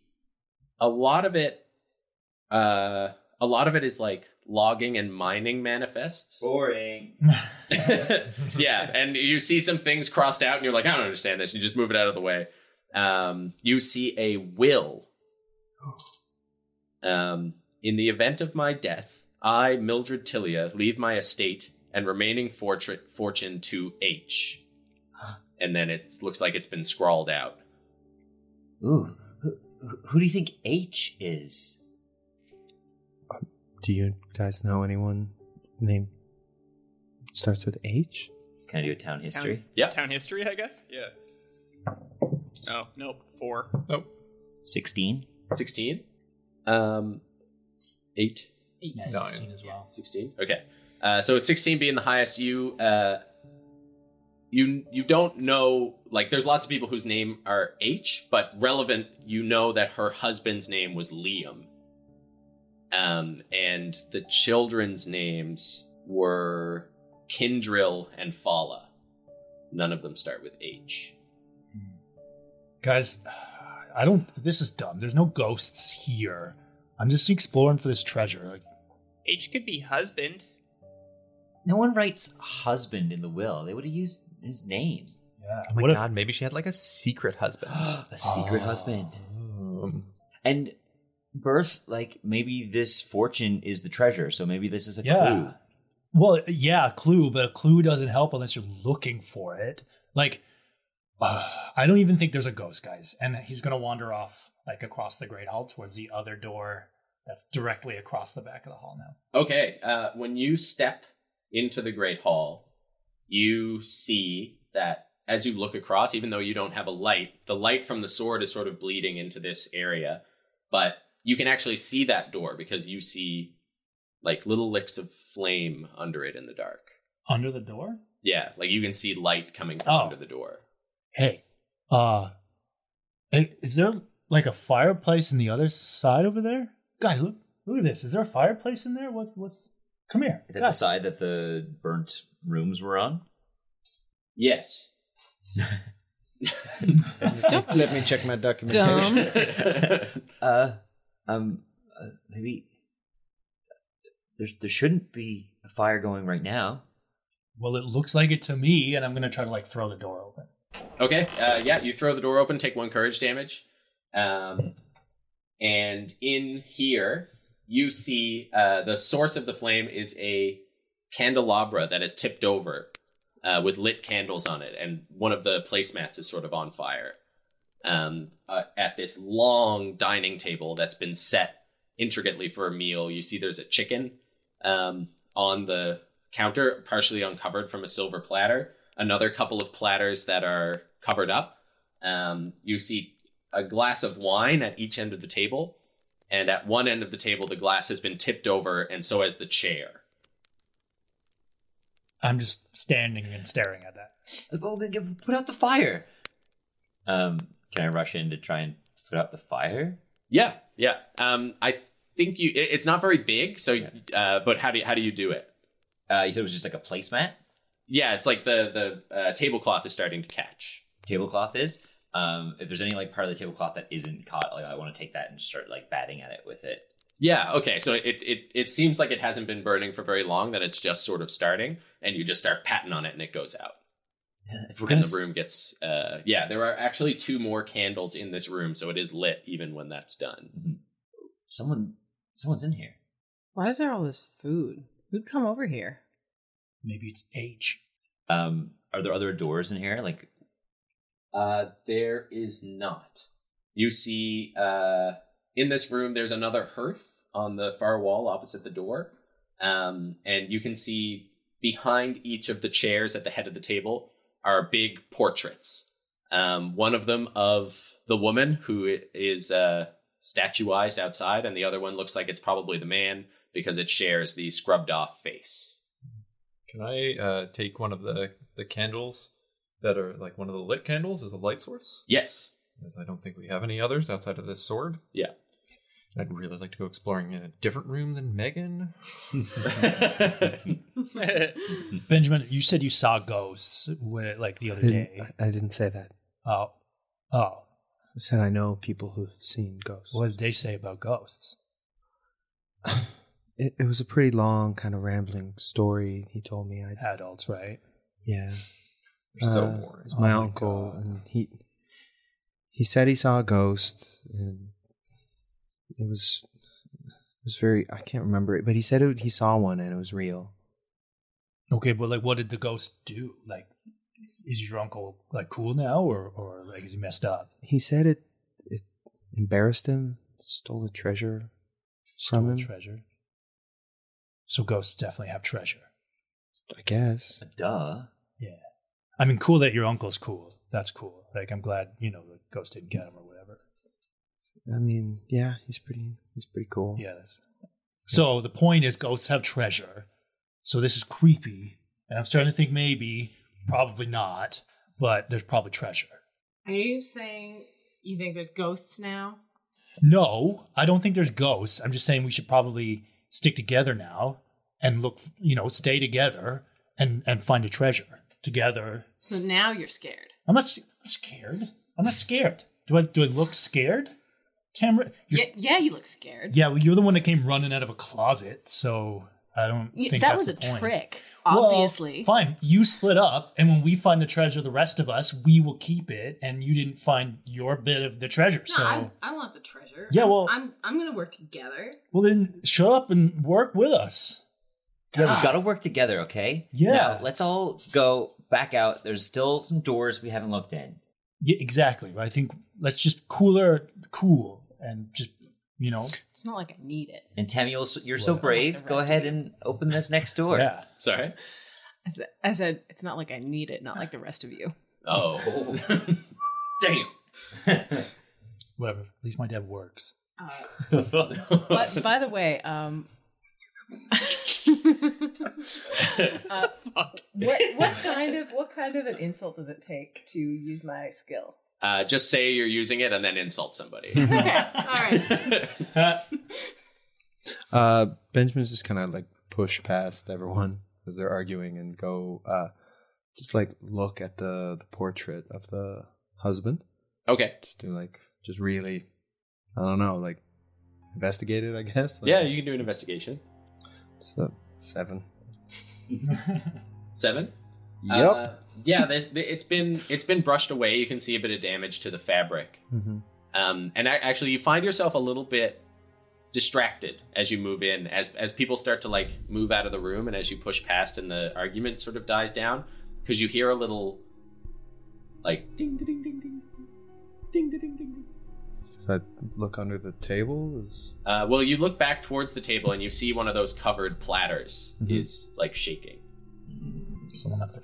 [SPEAKER 1] a lot of it. Uh, a lot of it is like logging and mining manifests.
[SPEAKER 7] Boring.
[SPEAKER 1] yeah, and you see some things crossed out, and you're like, I don't understand this. You just move it out of the way. Um, you see a will. Um, in the event of my death, I, Mildred Tilia, leave my estate and remaining fortune fortune to H. And then it looks like it's been scrawled out.
[SPEAKER 7] Ooh, who, who- who do you think H is?
[SPEAKER 10] Do you guys know anyone named starts with H?
[SPEAKER 7] Can I do a town history?
[SPEAKER 6] Town,
[SPEAKER 1] Yep.
[SPEAKER 6] Town history, I guess. Yeah. Oh nope. Four.
[SPEAKER 7] Sixteen.
[SPEAKER 1] 16 um 8
[SPEAKER 8] Yeah,
[SPEAKER 5] Nine.
[SPEAKER 8] 16 as well.
[SPEAKER 1] 16 okay uh so with 16 being the highest you uh you you don't know like there's lots of people whose name are h but relevant you know that her husband's name was liam um and the children's names were kindrill and fala none of them start with h
[SPEAKER 8] Guys, I don't. This is dumb. There's no ghosts here. I'm just exploring for this treasure. Like,
[SPEAKER 6] H could be husband.
[SPEAKER 7] No one writes husband in the will. They would have used his name.
[SPEAKER 8] yeah.
[SPEAKER 5] Oh my
[SPEAKER 8] what if-
[SPEAKER 5] god, maybe she had like a secret husband.
[SPEAKER 7] a secret husband.
[SPEAKER 5] Um,
[SPEAKER 7] And birth, like maybe this fortune is the treasure, so maybe this is a
[SPEAKER 8] Yeah.
[SPEAKER 7] clue.
[SPEAKER 8] Well, yeah, a clue, but a clue doesn't help unless you're looking for it. Like, uh, I don't even think there's a ghost, guys. And he's gonna wander off like across the great hall towards the other door that's directly across the back of the hall now.
[SPEAKER 1] Okay, uh, when you step into the Great Hall, you see that as you look across, even though you don't have a light, the light from the sword is sort of bleeding into this area. But you can actually see that door because you see like little licks of flame under it in the dark.
[SPEAKER 8] Under the door?
[SPEAKER 1] Yeah, like you can see light coming from
[SPEAKER 8] Oh.
[SPEAKER 1] under the door.
[SPEAKER 8] Hey, uh, i- is there like a fireplace in the other side over there? Guys, look, look at this. Is there a fireplace in there? What's what's? Come here.
[SPEAKER 7] Is that the
[SPEAKER 8] guys.
[SPEAKER 7] side that the burnt rooms were on?
[SPEAKER 1] Yes.
[SPEAKER 10] Let me check my documentation.
[SPEAKER 9] Dumb.
[SPEAKER 7] uh, um, uh, maybe there's there shouldn't be a fire going right now.
[SPEAKER 8] Well, it looks like it to me, and I'm gonna try to like throw the door open.
[SPEAKER 1] Okay. Uh, yeah, you throw the door open, take one courage damage. Um, and in here, you see uh, the source of the flame is a candelabra that is tipped over uh, with lit candles on it, and one of the placemats is sort of on fire um, uh, at this long dining table that's been set intricately for a meal. You see there's a chicken um, on the counter, partially uncovered from a silver platter. Another couple of platters that are covered up. Um, you see a glass of wine at each end of the table, and at one end of the table, the glass has been tipped over, and so has the chair.
[SPEAKER 8] I'm just standing and staring at that.
[SPEAKER 7] Oh, g- g- Put out the fire. Um, can I rush in to try and put out the fire?
[SPEAKER 1] Yeah, yeah. Um, I think you. It, it's not very big, so. Uh, but how do you, how do you do it?
[SPEAKER 7] Uh, you said it was just like a placemat.
[SPEAKER 1] Yeah, it's like the the uh, tablecloth is starting to catch.
[SPEAKER 7] Tablecloth is. Um, if there's any like part of the tablecloth that isn't caught, like I want to take that and just start like batting at it with it.
[SPEAKER 1] Yeah, okay. So it, it it seems like it hasn't been burning for very long, that it's just sort of starting, and you just start patting on it and it goes out.
[SPEAKER 7] If we're
[SPEAKER 1] And
[SPEAKER 7] gonna,
[SPEAKER 1] the room gets uh yeah, there are actually two more candles in this room, so it is lit even when that's done.
[SPEAKER 7] someone, someone's in here.
[SPEAKER 9] Why is there all this food? Who'd come over here?
[SPEAKER 8] Maybe it's age.
[SPEAKER 7] Um, are there other doors in here? Like,
[SPEAKER 1] Uh there is not. You see uh in this room there's another hearth on the far wall opposite the door. Um and you can see behind each of the chairs at the head of the table are big portraits. Um, one of them of the woman who is uh, statuized outside, and the other one looks like it's probably the man because it shares the scrubbed off face.
[SPEAKER 5] Can I uh, take one of the the candles that are like one of the lit candles as a light source?
[SPEAKER 1] Yes.
[SPEAKER 5] As I don't think we have any others outside of this sword.
[SPEAKER 1] Yeah.
[SPEAKER 5] I'd really like to go exploring in a different room than Megan.
[SPEAKER 8] Benjamin, you said you saw ghosts where, like the other
[SPEAKER 10] I didn't,
[SPEAKER 8] day.
[SPEAKER 10] I- I didn't say that.
[SPEAKER 8] Oh, oh,
[SPEAKER 10] I said I know people who've seen ghosts.
[SPEAKER 8] what did they say about ghosts?
[SPEAKER 10] It, it was a pretty long, kind of rambling story he told me. I
[SPEAKER 8] Adults, right?
[SPEAKER 10] yeah.
[SPEAKER 5] You're so
[SPEAKER 10] Uh,
[SPEAKER 5] boring.
[SPEAKER 10] It's my
[SPEAKER 8] Oh my
[SPEAKER 10] uncle,
[SPEAKER 8] God.
[SPEAKER 10] and he he said he saw a ghost, and it was it was very I can't remember it, but he said it, he saw one and it was real.
[SPEAKER 8] Okay, but like, what did the ghost do? Like, is your uncle like cool now, or or like is he messed up?
[SPEAKER 10] He said it it embarrassed him, stole a treasure from
[SPEAKER 8] Stole
[SPEAKER 10] him.
[SPEAKER 8] treasure. So ghosts definitely have treasure.
[SPEAKER 10] I guess.
[SPEAKER 7] duh.
[SPEAKER 8] I mean, cool that your uncle's cool. That's cool. Like, I'm glad you know the ghost didn't get him or whatever.
[SPEAKER 10] I mean, yeah, he's pretty he's pretty cool.
[SPEAKER 8] Yeah, that's. So the point is, ghosts have treasure. So this is creepy, and I'm starting to think maybe, probably not, but there's probably treasure.
[SPEAKER 9] Are you saying you think there's ghosts now?
[SPEAKER 8] No, I don't think there's ghosts. I'm just saying we should probably stick together now and look, you know, stay together and and find a treasure together.
[SPEAKER 9] So now you're scared.
[SPEAKER 8] I'm not s- scared. I'm not scared. Do I do I look scared? Tamara, you're,
[SPEAKER 9] Yeah, yeah, you look scared.
[SPEAKER 8] yeah, well, you're the one that came running out of a closet, so I don't
[SPEAKER 9] Y-
[SPEAKER 8] think
[SPEAKER 9] that
[SPEAKER 8] that's
[SPEAKER 9] was a
[SPEAKER 8] the point.
[SPEAKER 9] trick,
[SPEAKER 8] Well,
[SPEAKER 9] obviously.
[SPEAKER 8] fine. You split up, and when we find the treasure, the rest of us, we will keep it, and you didn't find your bit of the treasure.
[SPEAKER 9] no,
[SPEAKER 8] so,
[SPEAKER 9] I, I want the treasure.
[SPEAKER 8] Yeah, well-
[SPEAKER 9] I'm I'm gonna work together.
[SPEAKER 8] well, then show up and work with us.
[SPEAKER 7] Yeah, we got to work together, okay?
[SPEAKER 8] Yeah.
[SPEAKER 7] Now, let's all go back out. There's still some doors we haven't looked in.
[SPEAKER 8] Yeah, exactly. I think let's just cooler, cool, and just you know,
[SPEAKER 9] It's not like I need it.
[SPEAKER 7] And Tammy, you're so- you're so
[SPEAKER 9] Well,
[SPEAKER 7] brave.
[SPEAKER 9] the
[SPEAKER 7] Go
[SPEAKER 9] rest of
[SPEAKER 7] ahead
[SPEAKER 9] you.
[SPEAKER 7] and open this next door.
[SPEAKER 8] yeah.
[SPEAKER 1] Sorry.
[SPEAKER 9] I said, I said it's not like I need it. Not like the rest of you.
[SPEAKER 1] Oh. Damn.
[SPEAKER 8] Whatever. At least my dad works.
[SPEAKER 9] Uh, but by the way, um, uh, what what kind of what kind of an insult does it take to use my skill?
[SPEAKER 1] Uh, just say you're using it and then insult somebody.
[SPEAKER 9] Okay, all right.
[SPEAKER 2] Uh, Benjamin's just kind of like push past everyone as they're arguing and go uh, just like look at the, the portrait of the husband.
[SPEAKER 1] okay.
[SPEAKER 2] Just do like, just really, I don't know, like investigate it, I guess. Like,
[SPEAKER 1] Yeah, you can do an investigation.
[SPEAKER 2] It's a seven.
[SPEAKER 1] Seven.
[SPEAKER 2] Yep.
[SPEAKER 1] Uh, yeah, they, they, it's been it's been brushed away. You can see a bit of damage to the fabric,
[SPEAKER 2] mm-hmm.
[SPEAKER 1] um, and a- actually, you find yourself a little bit distracted as you move in, as as people start to like move out of the room, and as you push past, and the argument sort of dies down because you hear a little like ding ding ding ding ding ding ding ding ding.
[SPEAKER 2] Does that look under the table? Is
[SPEAKER 1] Uh, well, you look back towards the table and you see one of those covered platters
[SPEAKER 2] Mhm.
[SPEAKER 1] is like shaking.
[SPEAKER 8] Someone left their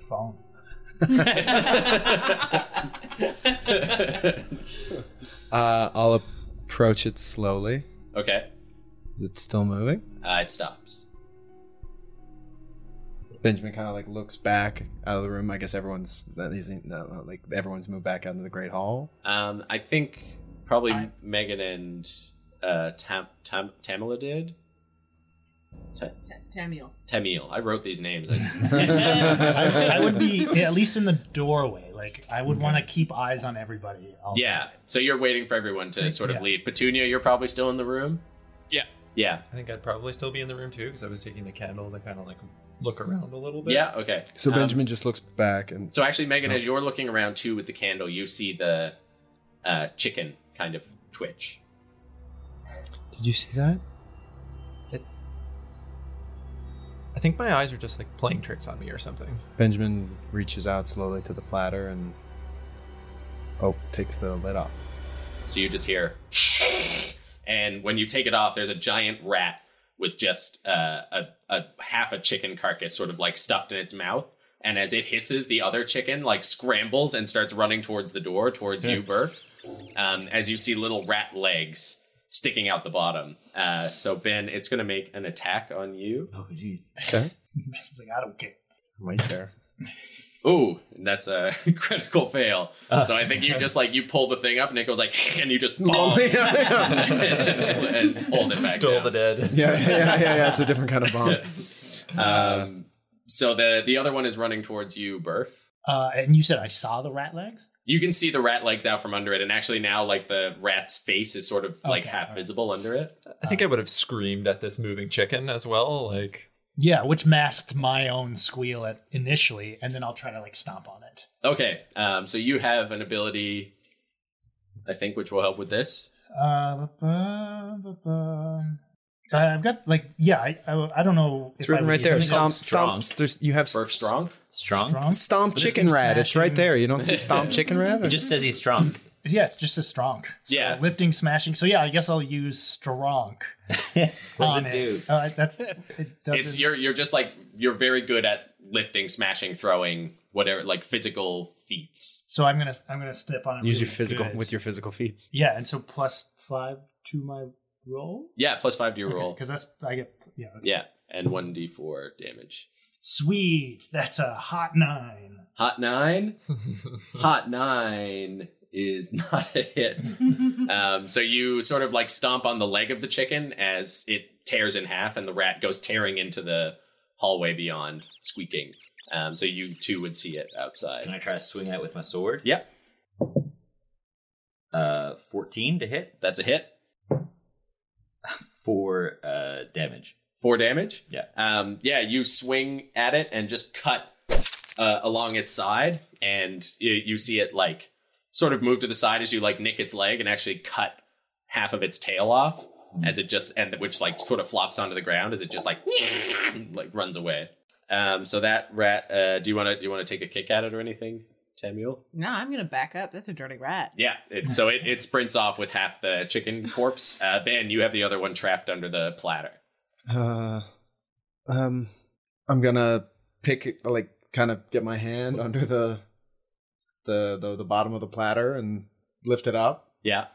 [SPEAKER 8] phone.
[SPEAKER 2] uh, I'll approach it slowly.
[SPEAKER 1] okay,
[SPEAKER 2] Is it still moving?
[SPEAKER 1] uh, it stops.
[SPEAKER 2] Benjamin kind of like looks back out of the room. I guess everyone's that he's no, no, like everyone's moved back out into the great hall.
[SPEAKER 1] Um, I think probably
[SPEAKER 8] I-
[SPEAKER 1] Megan and uh, Tam Tam Tamila did. Ta-
[SPEAKER 9] Tamil.
[SPEAKER 1] Tamil. I wrote these names. I-
[SPEAKER 8] I, I would be at least in the doorway. Like I would want to keep eyes on everybody. all the
[SPEAKER 1] yeah.
[SPEAKER 8] time.
[SPEAKER 1] So you're waiting for everyone to sort of
[SPEAKER 8] Yeah.
[SPEAKER 1] leave. Petunia, you're probably still in the room.
[SPEAKER 6] Yeah.
[SPEAKER 1] Yeah.
[SPEAKER 5] I think I'd probably still be in the room too because I was taking the candle to kind of like look around a little bit.
[SPEAKER 1] Yeah. Okay.
[SPEAKER 2] So
[SPEAKER 1] Um,
[SPEAKER 2] Benjamin just looks back and
[SPEAKER 1] So actually, Megan, as you're looking around too with the candle, you see the uh, chicken kind of twitch.
[SPEAKER 10] Did you see that?
[SPEAKER 5] I think my eyes are just like playing tricks on me or something.
[SPEAKER 2] Benjamin reaches out slowly to the platter and oh, takes the lid off.
[SPEAKER 1] So you just hear, and when you take it off, there's a giant rat with just uh, a, a half a chicken carcass sort of like stuffed in its mouth. And as it hisses, the other chicken like scrambles and starts running towards the door, towards
[SPEAKER 4] Hmm.
[SPEAKER 1] you, Burke. Um, as you see little rat legs sticking out the bottom. Uh, so Ben, it's going to make an attack on you.
[SPEAKER 4] Oh, jeez.
[SPEAKER 8] It's like I don't care.
[SPEAKER 2] Right there.
[SPEAKER 1] Ooh, that's a critical fail.
[SPEAKER 5] Uh.
[SPEAKER 1] so I think you just like you pull the thing up, and it goes like, and you
[SPEAKER 5] Oh,
[SPEAKER 1] just bomb and hold it back. down.
[SPEAKER 5] dead.
[SPEAKER 2] Yeah, yeah, yeah, yeah, yeah. It's a different kind of bomb.
[SPEAKER 1] Um, so the the other one is running towards you, Berth.
[SPEAKER 8] Uh, and you said I saw the rat legs.
[SPEAKER 1] You can see the rat legs out from under it, and actually now like the rat's face is sort of like
[SPEAKER 8] Okay,
[SPEAKER 1] half
[SPEAKER 8] alright.
[SPEAKER 1] visible under it.
[SPEAKER 5] I think I would have screamed at this moving chicken as well. Like,
[SPEAKER 8] Yeah, which masked my own squeal at initially, and then I'll try to like stomp on it.
[SPEAKER 1] Okay, um, so you have an ability, I think, which will help with this.
[SPEAKER 8] Uh, ba-ba, ba-ba. Uh, I've got like yeah, I I, I don't know.
[SPEAKER 10] It's
[SPEAKER 8] if I
[SPEAKER 10] written
[SPEAKER 8] would
[SPEAKER 10] right
[SPEAKER 8] use
[SPEAKER 10] there.
[SPEAKER 8] something
[SPEAKER 10] Stomp,
[SPEAKER 7] strong.
[SPEAKER 10] stomp. There's, you have s-
[SPEAKER 1] Berth strong.
[SPEAKER 7] Strong?
[SPEAKER 8] strong.
[SPEAKER 10] stomp
[SPEAKER 8] if
[SPEAKER 10] chicken
[SPEAKER 8] you
[SPEAKER 10] rat.
[SPEAKER 8] smash
[SPEAKER 10] It's right
[SPEAKER 8] him-
[SPEAKER 10] there. You don't see stomp chicken rat?
[SPEAKER 7] It just says he's strong.
[SPEAKER 8] Yeah, it's just a strong. So
[SPEAKER 1] Yeah.
[SPEAKER 8] lifting, smashing. So yeah, I guess I'll use strong.
[SPEAKER 7] What does
[SPEAKER 8] on
[SPEAKER 7] it do?
[SPEAKER 8] Uh, that's it. Doesn't,
[SPEAKER 1] It's you're you're just like you're very good at lifting, smashing, throwing, whatever like physical feats.
[SPEAKER 8] so I'm gonna I'm gonna step on it.
[SPEAKER 2] Use
[SPEAKER 8] really
[SPEAKER 2] your physical
[SPEAKER 8] good.
[SPEAKER 2] with your physical feats.
[SPEAKER 8] yeah, and so plus five to my roll
[SPEAKER 1] Yeah, plus five to your roll.
[SPEAKER 8] because that's I get yeah okay.
[SPEAKER 1] Yeah, and one d four damage.
[SPEAKER 8] sweet. That's a hot nine.
[SPEAKER 1] Hot nine. Hot nine is not a hit. um, so you sort of like stomp on the leg of the chicken as it tears in half, and the rat goes tearing into the hallway beyond, squeaking. Um, so you too would see it
[SPEAKER 7] Can
[SPEAKER 1] outside.
[SPEAKER 7] I try to swing at it with my sword?
[SPEAKER 1] Yep,
[SPEAKER 7] Uh, 14 to hit
[SPEAKER 1] that's a hit.
[SPEAKER 7] for uh, damage.
[SPEAKER 1] Four damage.
[SPEAKER 7] Yeah.
[SPEAKER 1] Um, yeah, you swing at it and just cut uh, along its side, and you, you see it like sort of move to the side as you like nick its leg and actually cut half of its tail off
[SPEAKER 7] Hmm.
[SPEAKER 1] as it just and which like sort of flops onto the ground as it just like like runs away. Um, so that rat, uh, do you want to do you want to take a kick at it or anything, Tamuel?
[SPEAKER 9] No, I'm gonna back up. That's a dirty rat.
[SPEAKER 1] Yeah. It, so it, it sprints off with half the chicken corpse. Uh, ben, you have the other one trapped under the platter.
[SPEAKER 2] Uh, um, I'm gonna pick like kind of get my hand under the the the, the bottom of the platter and lift it up
[SPEAKER 1] Yeah.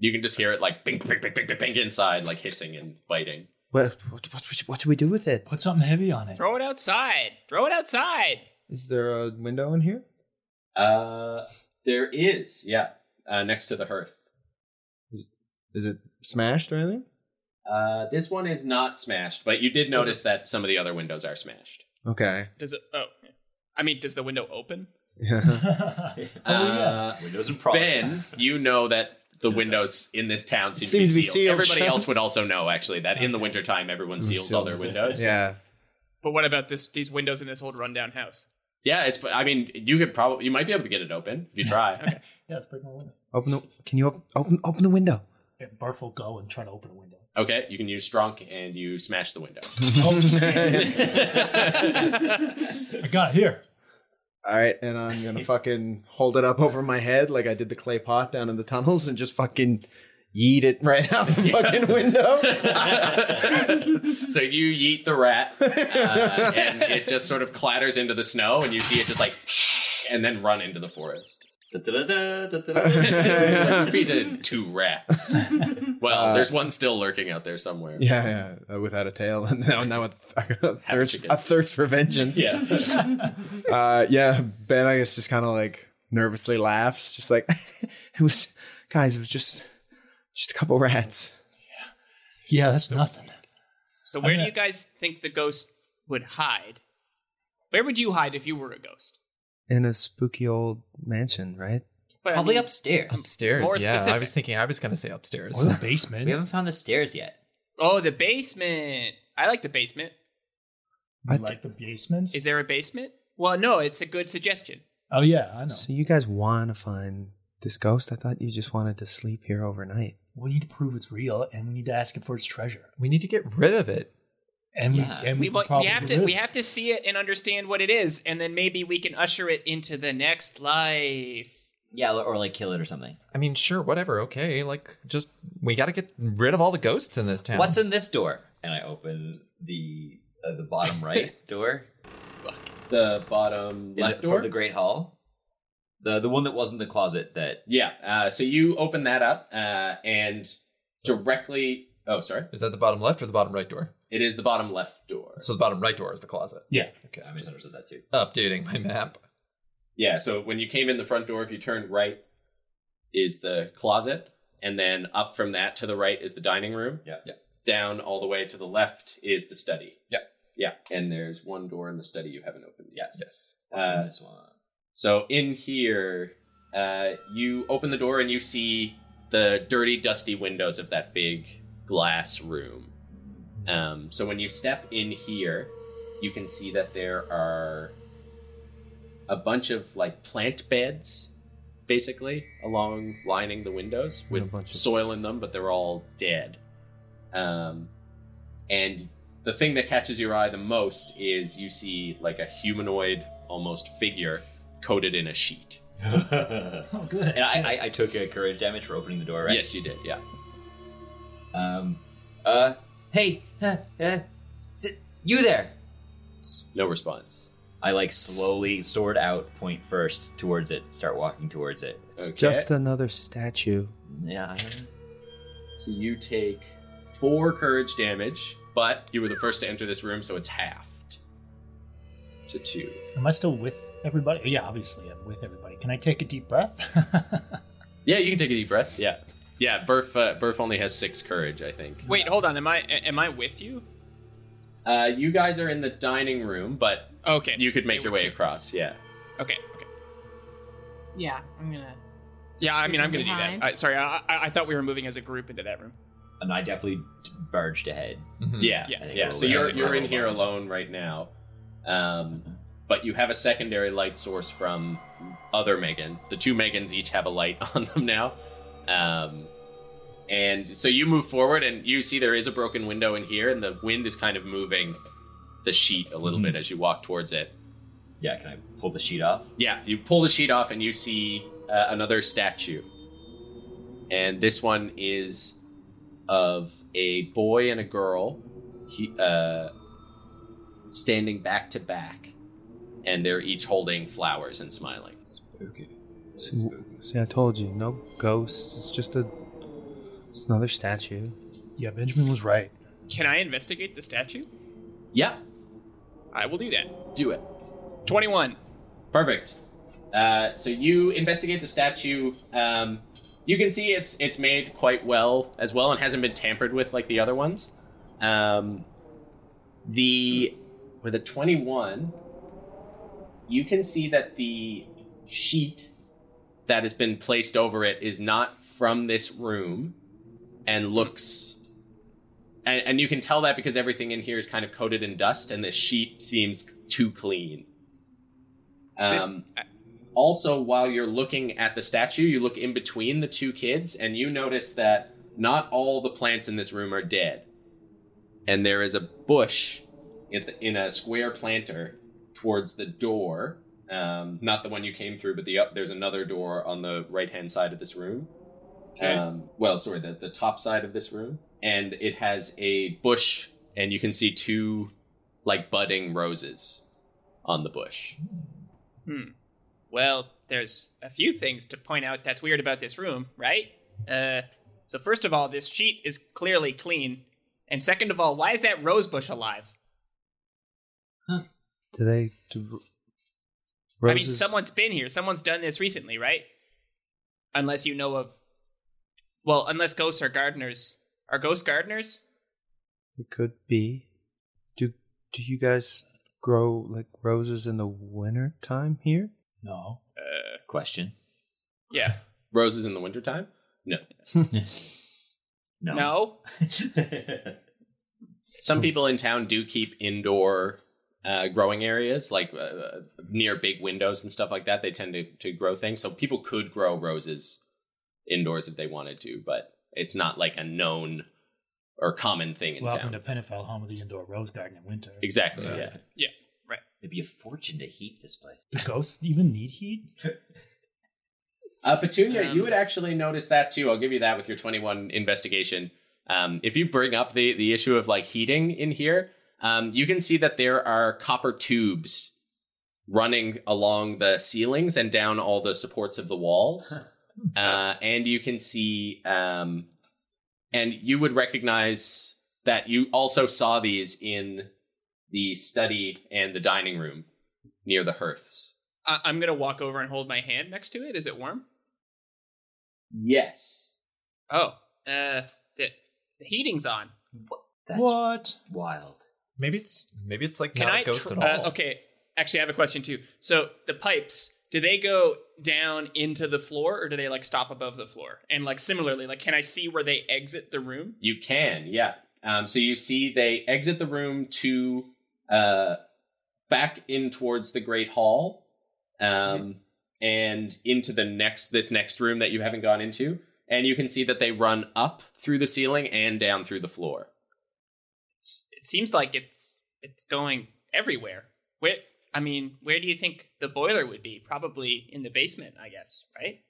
[SPEAKER 1] You can just hear it like bing, bing, bing, bing, bing, bing inside, like hissing and biting.
[SPEAKER 10] What, what, what, should- what should we do with it?
[SPEAKER 8] Put something heavy on it.
[SPEAKER 6] Throw it outside. Throw it outside.
[SPEAKER 2] Is there a window in here?
[SPEAKER 1] Uh, there is, yeah, uh, next to the hearth.
[SPEAKER 2] Is it smashed or anything?
[SPEAKER 1] Uh, this one is not smashed, but you did notice that some of the other windows are smashed.
[SPEAKER 2] Okay.
[SPEAKER 6] Does it? Oh, I mean, does the window open?
[SPEAKER 1] Oh, yeah. Windows and
[SPEAKER 7] problem.
[SPEAKER 1] Ben, you know that the windows in this town seem,
[SPEAKER 2] Seems
[SPEAKER 1] to be sealed. Everybody
[SPEAKER 2] shut.
[SPEAKER 1] else would also know, actually, that in the wintertime, everyone seals all their windows.
[SPEAKER 2] Yeah.
[SPEAKER 6] But what about this? These windows in this old rundown house.
[SPEAKER 1] Yeah, it's, I mean, you could probably, you might be able to get it open if you try.
[SPEAKER 8] Yeah, let's break my window.
[SPEAKER 10] Open the, can you op- open open the window?
[SPEAKER 8] Yeah, Barf will go and try to open a window.
[SPEAKER 1] Okay, you can use Strunk and you smash the window.
[SPEAKER 8] I got it here.
[SPEAKER 2] All right, and I'm gonna fucking hold it up over my head like I did the clay pot down in the tunnels, and just fucking yeet it right out the fucking window.
[SPEAKER 1] so you yeet the rat, uh, and it just sort of clatters into the snow, and you see it just like, and then run into the forest. Defeated two rats. Well, there's one still lurking out there somewhere.
[SPEAKER 2] yeah, yeah, uh, without a tail, and now now a, th- a thirst,
[SPEAKER 1] chicken.
[SPEAKER 2] a thirst for vengeance.
[SPEAKER 1] Yeah.
[SPEAKER 2] uh, yeah. Ben, I guess, just kind of like nervously laughs, just like it was, guys. It was just just a couple rats.
[SPEAKER 8] Yeah, that's nothing.
[SPEAKER 6] So where do
[SPEAKER 8] gonna-
[SPEAKER 6] you guys think the ghost would hide? Where would you hide if you were a ghost?
[SPEAKER 10] In a spooky old mansion, right?
[SPEAKER 6] But I
[SPEAKER 7] Probably
[SPEAKER 6] mean,
[SPEAKER 7] upstairs.
[SPEAKER 5] Upstairs.
[SPEAKER 6] More
[SPEAKER 5] yeah, I
[SPEAKER 6] specific.
[SPEAKER 5] was thinking. I was gonna say upstairs.
[SPEAKER 8] Or the
[SPEAKER 7] We
[SPEAKER 8] basement.
[SPEAKER 7] haven't found the stairs yet.
[SPEAKER 6] Oh, the basement. I like the basement.
[SPEAKER 10] I
[SPEAKER 8] You like the basement?
[SPEAKER 6] Is there a basement? Well, no. It's a good suggestion.
[SPEAKER 8] Oh yeah, I know.
[SPEAKER 10] So you guys want to find this ghost? I thought you just wanted to sleep here overnight.
[SPEAKER 8] We need to prove it's real, and we need to ask it for its treasure.
[SPEAKER 5] we need to get rid of it.
[SPEAKER 8] And
[SPEAKER 7] Yeah.
[SPEAKER 8] we and
[SPEAKER 6] We,
[SPEAKER 8] we,
[SPEAKER 6] wa- we
[SPEAKER 8] probably
[SPEAKER 6] have to
[SPEAKER 8] will.
[SPEAKER 6] we have to see it and understand what it is, and then maybe we can usher it into the next life.
[SPEAKER 7] Yeah, or, or like kill it or something.
[SPEAKER 5] I mean, sure, whatever. Okay, like just we got to get rid of all the ghosts in this town.
[SPEAKER 7] What's in this door? And I open the uh, the bottom right door
[SPEAKER 1] The bottom
[SPEAKER 7] in the,
[SPEAKER 1] left
[SPEAKER 7] from
[SPEAKER 1] door.
[SPEAKER 7] the great hall, the the one that wasn't the closet that
[SPEAKER 1] yeah. Uh, so you open that up, uh, and directly. Oh, sorry.
[SPEAKER 5] Is that the bottom left or the bottom right door?
[SPEAKER 1] It is the bottom left door.
[SPEAKER 5] So the bottom right door is the closet.
[SPEAKER 8] Yeah.
[SPEAKER 5] Okay.
[SPEAKER 7] I
[SPEAKER 5] I'm just
[SPEAKER 7] misunderstood that too.
[SPEAKER 5] updating my map.
[SPEAKER 1] Yeah, so when you came in the front door, if you turned right, is the closet, and then up from that to the right is the dining room.
[SPEAKER 7] Yeah.
[SPEAKER 5] Yeah.
[SPEAKER 1] Down all the way to the left is the study.
[SPEAKER 5] Yeah.
[SPEAKER 1] Yeah, and there's one door in the study you haven't opened yet.
[SPEAKER 5] Yes.
[SPEAKER 7] What's in
[SPEAKER 1] Uh,
[SPEAKER 7] this one?
[SPEAKER 1] so in here, uh, you open the door and you see the dirty, dusty windows of that big glass room. Um, so when you step in here, you can see that there are a bunch of like plant beds, basically, along lining the windows
[SPEAKER 10] And a
[SPEAKER 1] with
[SPEAKER 10] bunch of
[SPEAKER 1] soil
[SPEAKER 10] s-
[SPEAKER 1] in them, but they're all dead. Um, and the thing that catches your eye the most is you see like a humanoid almost figure coated in a sheet.
[SPEAKER 8] Oh, good.
[SPEAKER 7] And I, I, I took a courage damage for opening the door, right?
[SPEAKER 1] Yes, you did. Yeah.
[SPEAKER 7] Um. Uh. Hey. Uh, uh, d- you there?
[SPEAKER 1] No response.
[SPEAKER 7] I like slowly sword out, point first towards it, start walking towards it.
[SPEAKER 10] It's
[SPEAKER 1] Okay.
[SPEAKER 10] just another statue.
[SPEAKER 7] Yeah. I don't know.
[SPEAKER 1] So you take four courage damage, but you were the first to enter this room, so it's halved to two.
[SPEAKER 8] Am I still with everybody? Yeah, obviously I'm with everybody. Can I take a deep breath?
[SPEAKER 1] Yeah, you can take a deep breath. Yeah, yeah. Burf, uh, Burf only has six courage, I think.
[SPEAKER 6] Wait, hold on. Am I am I with you?
[SPEAKER 1] Uh, you guys are in the dining room, but
[SPEAKER 6] Okay,
[SPEAKER 1] you could make
[SPEAKER 6] It
[SPEAKER 1] your
[SPEAKER 6] was
[SPEAKER 1] way
[SPEAKER 6] you.
[SPEAKER 1] across. Yeah.
[SPEAKER 6] Okay, okay.
[SPEAKER 9] Yeah, I'm gonna.
[SPEAKER 6] Yeah, I mean, I'm gonna do that.
[SPEAKER 9] Behind.
[SPEAKER 6] I, sorry, I, I I thought we were moving as a group into that room.
[SPEAKER 7] And I definitely d- barged ahead.
[SPEAKER 5] Mhm.
[SPEAKER 1] Yeah,
[SPEAKER 6] Yeah.
[SPEAKER 1] yeah.
[SPEAKER 7] I think we're
[SPEAKER 1] So
[SPEAKER 7] aware. I
[SPEAKER 1] you're
[SPEAKER 7] think
[SPEAKER 1] you're
[SPEAKER 7] we're
[SPEAKER 1] in
[SPEAKER 7] all
[SPEAKER 1] here
[SPEAKER 7] alone.
[SPEAKER 1] alone right now, um, but you have a secondary light source from other Megan. The two Megans each have a light on them now, um, and so you move forward and you see there is a broken window in here, and the wind is kind of moving the sheet a little bit as you walk towards it.
[SPEAKER 7] Yeah. Can I pull the sheet off?
[SPEAKER 1] Yeah, you pull the sheet off and you see uh, another statue. And this one is of a boy and a girl he, uh, standing back to back. And they're each holding flowers and smiling.
[SPEAKER 10] See, see, I told you, no ghosts. It's just a It's another statue.
[SPEAKER 8] Yeah, Benjamin was right.
[SPEAKER 6] Can I investigate the statue?
[SPEAKER 1] Yeah,
[SPEAKER 6] I will do that.
[SPEAKER 1] do it.
[SPEAKER 6] 21.
[SPEAKER 1] Perfect. Uh, so you investigate the statue. Um, you can see it's it's made quite well as well and hasn't been tampered with like the other ones. Um, the with a twenty one, you can see that the sheet that has been placed over it is not from this room, and looks. And, and you can tell that because everything in here is kind of coated in dust, and this sheet seems too clean.
[SPEAKER 6] This-
[SPEAKER 1] Um, also while you're looking at the statue you look in between the two kids and you notice that not all the plants in this room are dead and there is a bush in, the, in a square planter towards the door um, not the one you came through but the up, there's another door on the right hand side of this room
[SPEAKER 6] Okay.
[SPEAKER 1] um, well sorry the, the top side of this room and it has a bush and you can see two like budding roses on the bush
[SPEAKER 6] Hmm. Well, there's a few things to point out that's weird about this room, right? Uh, so first of all, this sheet is clearly clean, and second of all, why is that rose bush alive?
[SPEAKER 10] Do they? Do,
[SPEAKER 6] I mean, someone's been here. Someone's done this recently, right? Unless you know of, well, unless ghosts are gardeners. Are ghosts gardeners?
[SPEAKER 10] It could be. Do do you guys grow like roses in the winter time here?
[SPEAKER 8] No.
[SPEAKER 6] Uh,
[SPEAKER 7] Question.
[SPEAKER 6] yeah.
[SPEAKER 1] roses in the wintertime no
[SPEAKER 7] No.
[SPEAKER 6] No.
[SPEAKER 1] Some people in town do keep indoor uh, growing areas, like uh, uh, near big windows and stuff like that. They tend to, to grow things. So people could grow roses indoors if they wanted to, but it's not like a known or common thing in
[SPEAKER 8] Welcome
[SPEAKER 1] town.
[SPEAKER 8] to Pennifel, home of the indoor rose garden in winter.
[SPEAKER 1] exactly. Yeah.
[SPEAKER 7] It'd be a fortune to heat this place.
[SPEAKER 8] Do ghosts even need heat?
[SPEAKER 1] Uh, Petunia,
[SPEAKER 6] Um,
[SPEAKER 1] you would actually notice that too. I'll give you that with your 21 investigation. Um, if you bring up the, the issue of like heating in here, um, you can see that there are copper tubes running along the ceilings and down all the supports of the walls. Uh, and you can see, um, and you would recognize that you also saw these in the study and the dining room near the hearths.
[SPEAKER 6] I- I'm gonna walk over and hold my hand next to it. Is it warm?
[SPEAKER 1] Yes.
[SPEAKER 6] Oh, uh, the, the heating's on.
[SPEAKER 7] That's
[SPEAKER 8] what?
[SPEAKER 7] wild.
[SPEAKER 5] Maybe it's maybe it's like
[SPEAKER 6] Can
[SPEAKER 5] not
[SPEAKER 6] I?
[SPEAKER 5] a ghost
[SPEAKER 6] tr-
[SPEAKER 5] at all.
[SPEAKER 6] Uh, okay, actually, I have a question too. So the pipes, do they go down into the floor, or do they like stop above the floor? And like similarly, like can I see where they exit the room?
[SPEAKER 1] You can, yeah. Um, so you see they exit the room to uh, back in towards the Great Hall um, and into the next this next room that you haven't gone into. And you can see that they run up through the ceiling and down through the floor.
[SPEAKER 6] S- It seems like it's it's going everywhere. Where I mean, where do you think the boiler would be? Probably in the basement, I guess. Right?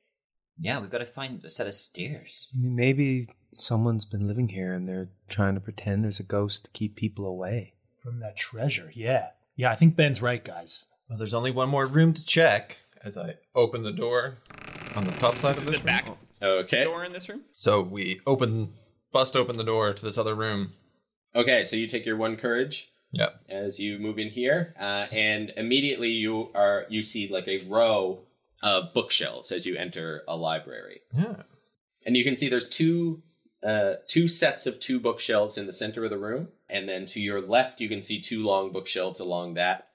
[SPEAKER 7] Yeah, we've got to find a set of stairs.
[SPEAKER 10] I mean, maybe someone's been living here and they're trying to pretend there's a ghost to keep people away.
[SPEAKER 8] From that treasure, yeah. Yeah, I think Ben's right, guys.
[SPEAKER 5] well, there's only one more room to check. As I open the door on the top side
[SPEAKER 6] This
[SPEAKER 5] of
[SPEAKER 6] is
[SPEAKER 5] this
[SPEAKER 6] the
[SPEAKER 5] room.
[SPEAKER 6] back
[SPEAKER 1] Okay.
[SPEAKER 6] door in this room.
[SPEAKER 5] So we open, bust open the door to this other room.
[SPEAKER 1] Okay, so you take your one courage
[SPEAKER 5] Yep.
[SPEAKER 1] as you move in here, uh, and immediately you are you see like a row of bookshelves as you enter a library.
[SPEAKER 5] Yeah.
[SPEAKER 1] and you can see there's two uh, two sets of two bookshelves in the center of the room, and then to your left you can see two long bookshelves along that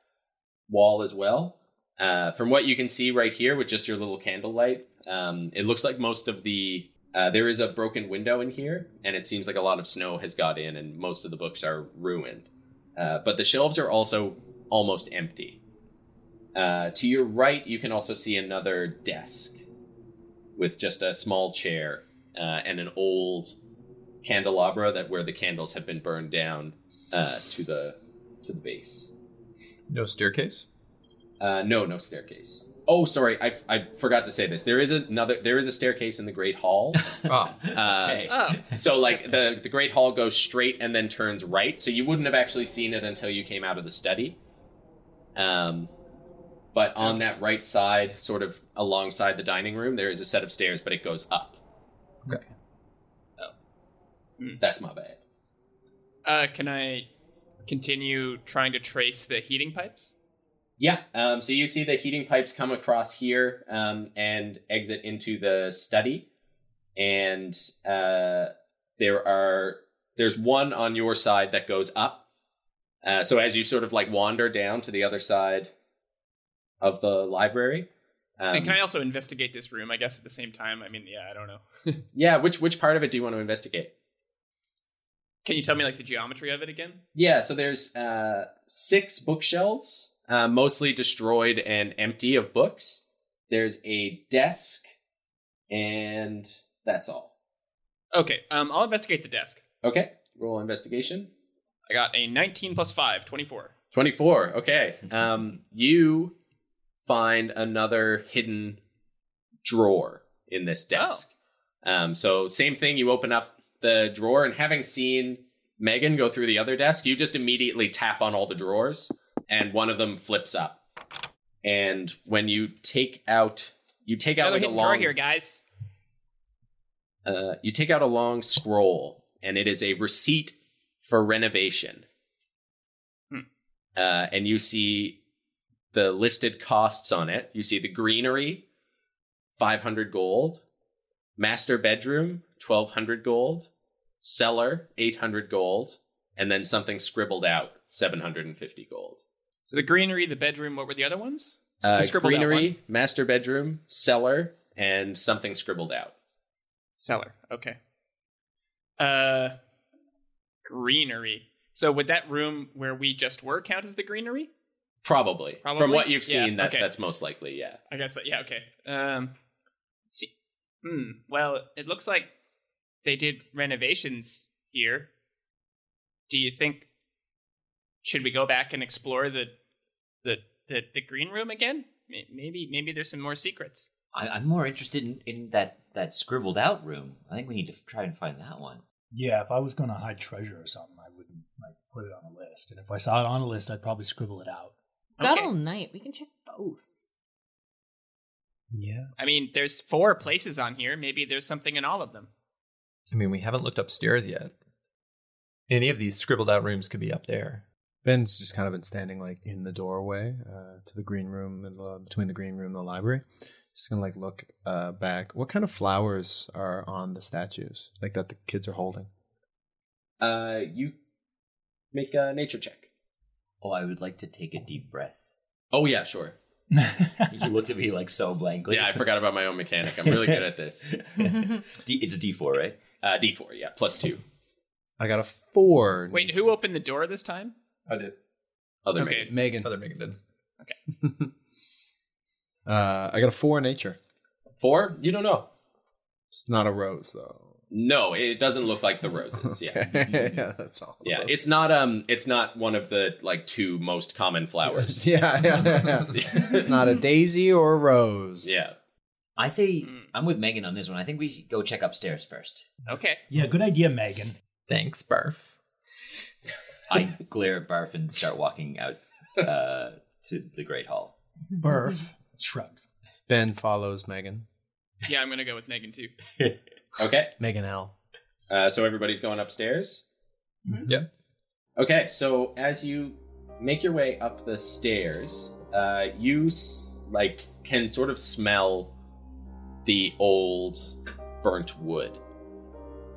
[SPEAKER 1] wall as well. Uh, from what you can see right here with just your little candlelight, um, it looks like most of the uh, there is a broken window in here, and it seems like a lot of snow has got in, and most of the books are ruined. Uh, but the shelves are also almost empty. Uh, to your right, you can also see another desk with just a small chair uh, and an old candelabra that where the candles have been burned down uh, to the to the base.
[SPEAKER 5] No staircase.
[SPEAKER 1] Uh, no, no staircase. Oh, sorry, I, I forgot to say this. There is another. There is a staircase in the great hall.
[SPEAKER 5] Ah,
[SPEAKER 1] Uh,
[SPEAKER 7] Okay.
[SPEAKER 6] Oh,
[SPEAKER 1] So like the the great hall goes straight and then turns right. So you wouldn't have actually seen it until you came out of the study. Um, but on that right side, sort of alongside the dining room, there is a set of stairs, but it goes up.
[SPEAKER 5] Okay.
[SPEAKER 1] That's my bad.
[SPEAKER 6] Uh, can I continue trying to trace the heating pipes?
[SPEAKER 1] Yeah. Um, so you see the heating pipes come across here um, and exit into the study, and uh, there are there's one on your side that goes up. Uh, so as you sort of like wander down to the other side of the library, um,
[SPEAKER 6] and can I also investigate this room? I guess at the same time. I mean, yeah, I don't know.
[SPEAKER 1] um, yeah. Which which part of it do you want to investigate?
[SPEAKER 6] Can you tell me like the geometry of it again?
[SPEAKER 1] Yeah, so there's uh, six bookshelves, uh, mostly destroyed and empty of books. There's a desk, and that's all.
[SPEAKER 6] Okay, um, I'll investigate the desk.
[SPEAKER 1] Okay, roll investigation.
[SPEAKER 6] I got a 19 plus 5, 24.
[SPEAKER 1] 24, okay.
[SPEAKER 6] Mm-hmm.
[SPEAKER 1] Um, you find another hidden drawer in
[SPEAKER 6] Oh.
[SPEAKER 1] this desk. Um, so, same thing, you open up the drawer, and having seen Megan go through the other desk, you just immediately tap on all the drawers, and one of them flips up. And when you take out, you take out
[SPEAKER 6] Another
[SPEAKER 1] like a
[SPEAKER 6] hidden drawer
[SPEAKER 1] long,
[SPEAKER 6] here, guys.
[SPEAKER 1] uh, you take out a long scroll, and it is a receipt for renovation.
[SPEAKER 6] Hmm.
[SPEAKER 1] Uh, and you see the listed costs on it. You see the greenery, five hundred gold. Master bedroom, twelve hundred gold. Cellar, eight hundred gold, and then something scribbled out, seven hundred and fifty gold.
[SPEAKER 6] So the greenery, the bedroom, what were the other ones? S-
[SPEAKER 1] Uh,
[SPEAKER 6] the scribbled out one.
[SPEAKER 1] greenery, master bedroom, cellar, and something scribbled out.
[SPEAKER 6] Cellar. Okay. Uh, greenery. So would that room where we just were count as the greenery?
[SPEAKER 1] Probably.
[SPEAKER 6] Probably?
[SPEAKER 1] From what you've
[SPEAKER 6] Yeah,
[SPEAKER 1] seen, that,
[SPEAKER 6] okay.
[SPEAKER 1] that's most likely, yeah.
[SPEAKER 6] I guess. uh, Yeah. Okay. Um. let's See. Hmm. Well, it looks like they did renovations here. Do you think? Should we go back and explore the, the the the green room again? May- Maybe maybe there's some more secrets.
[SPEAKER 7] I, I'm more interested in, in that that scribbled out room. I think we need to f- try and find that one.
[SPEAKER 8] Yeah, if I was going to hide treasure or something, I wouldn't like put it on a list. And if I saw it on a list, I'd probably scribble it out.
[SPEAKER 9] Got
[SPEAKER 6] Okay.
[SPEAKER 9] all night. We can check both.
[SPEAKER 10] Yeah.
[SPEAKER 6] I mean, there's four places on here. Maybe there's something in all of them.
[SPEAKER 5] I mean, we haven't looked upstairs yet. Any of these scribbled out rooms could be up there.
[SPEAKER 10] Ben's just kind of been standing like in the doorway uh, to the green room and the, between the green room and the library. Just gonna like look uh, back. What kind of flowers are on the statues? Like that the kids are holding.
[SPEAKER 1] Uh, you make a nature check.
[SPEAKER 7] Oh, I would like to take a deep breath.
[SPEAKER 1] Oh yeah, sure.
[SPEAKER 7] You looked at me like so blankly.
[SPEAKER 1] Yeah, I forgot about my own mechanic. I'm really good at this.
[SPEAKER 7] D, it's a D4, right?
[SPEAKER 1] Uh, D4, yeah, plus two.
[SPEAKER 10] I got a four.
[SPEAKER 6] Wait, who opened the door this time?
[SPEAKER 5] I did.
[SPEAKER 1] Other
[SPEAKER 6] okay.
[SPEAKER 1] okay.
[SPEAKER 10] Megan.
[SPEAKER 5] Other Megan did.
[SPEAKER 10] Uh, I got a four in nature.
[SPEAKER 1] Four? You don't know.
[SPEAKER 10] It's not a rose though.
[SPEAKER 1] No, it doesn't look like the roses. Yeah.
[SPEAKER 10] yeah, that's all. it
[SPEAKER 1] Yeah,
[SPEAKER 10] was.
[SPEAKER 1] it's not um, it's not one of the like two most common flowers.
[SPEAKER 10] yeah, yeah, yeah. it's not a daisy or a rose.
[SPEAKER 1] Yeah,
[SPEAKER 7] I say
[SPEAKER 6] Mm.
[SPEAKER 7] I'm with Megan on this one. I think we should go check upstairs first.
[SPEAKER 6] Okay.
[SPEAKER 8] yeah, good idea, Megan.
[SPEAKER 5] Thanks, Barf.
[SPEAKER 7] I glare at Barf and start walking out uh, to the Great Hall.
[SPEAKER 8] Burf shrugs.
[SPEAKER 10] Ben follows Megan.
[SPEAKER 6] Yeah, I'm gonna go with Megan too.
[SPEAKER 1] okay.
[SPEAKER 10] Megan L.
[SPEAKER 1] Uh, so everybody's going upstairs.
[SPEAKER 8] Mhm.
[SPEAKER 5] Yep.
[SPEAKER 1] Okay, so as you make your way up the stairs, uh, you s- like can sort of smell the old burnt wood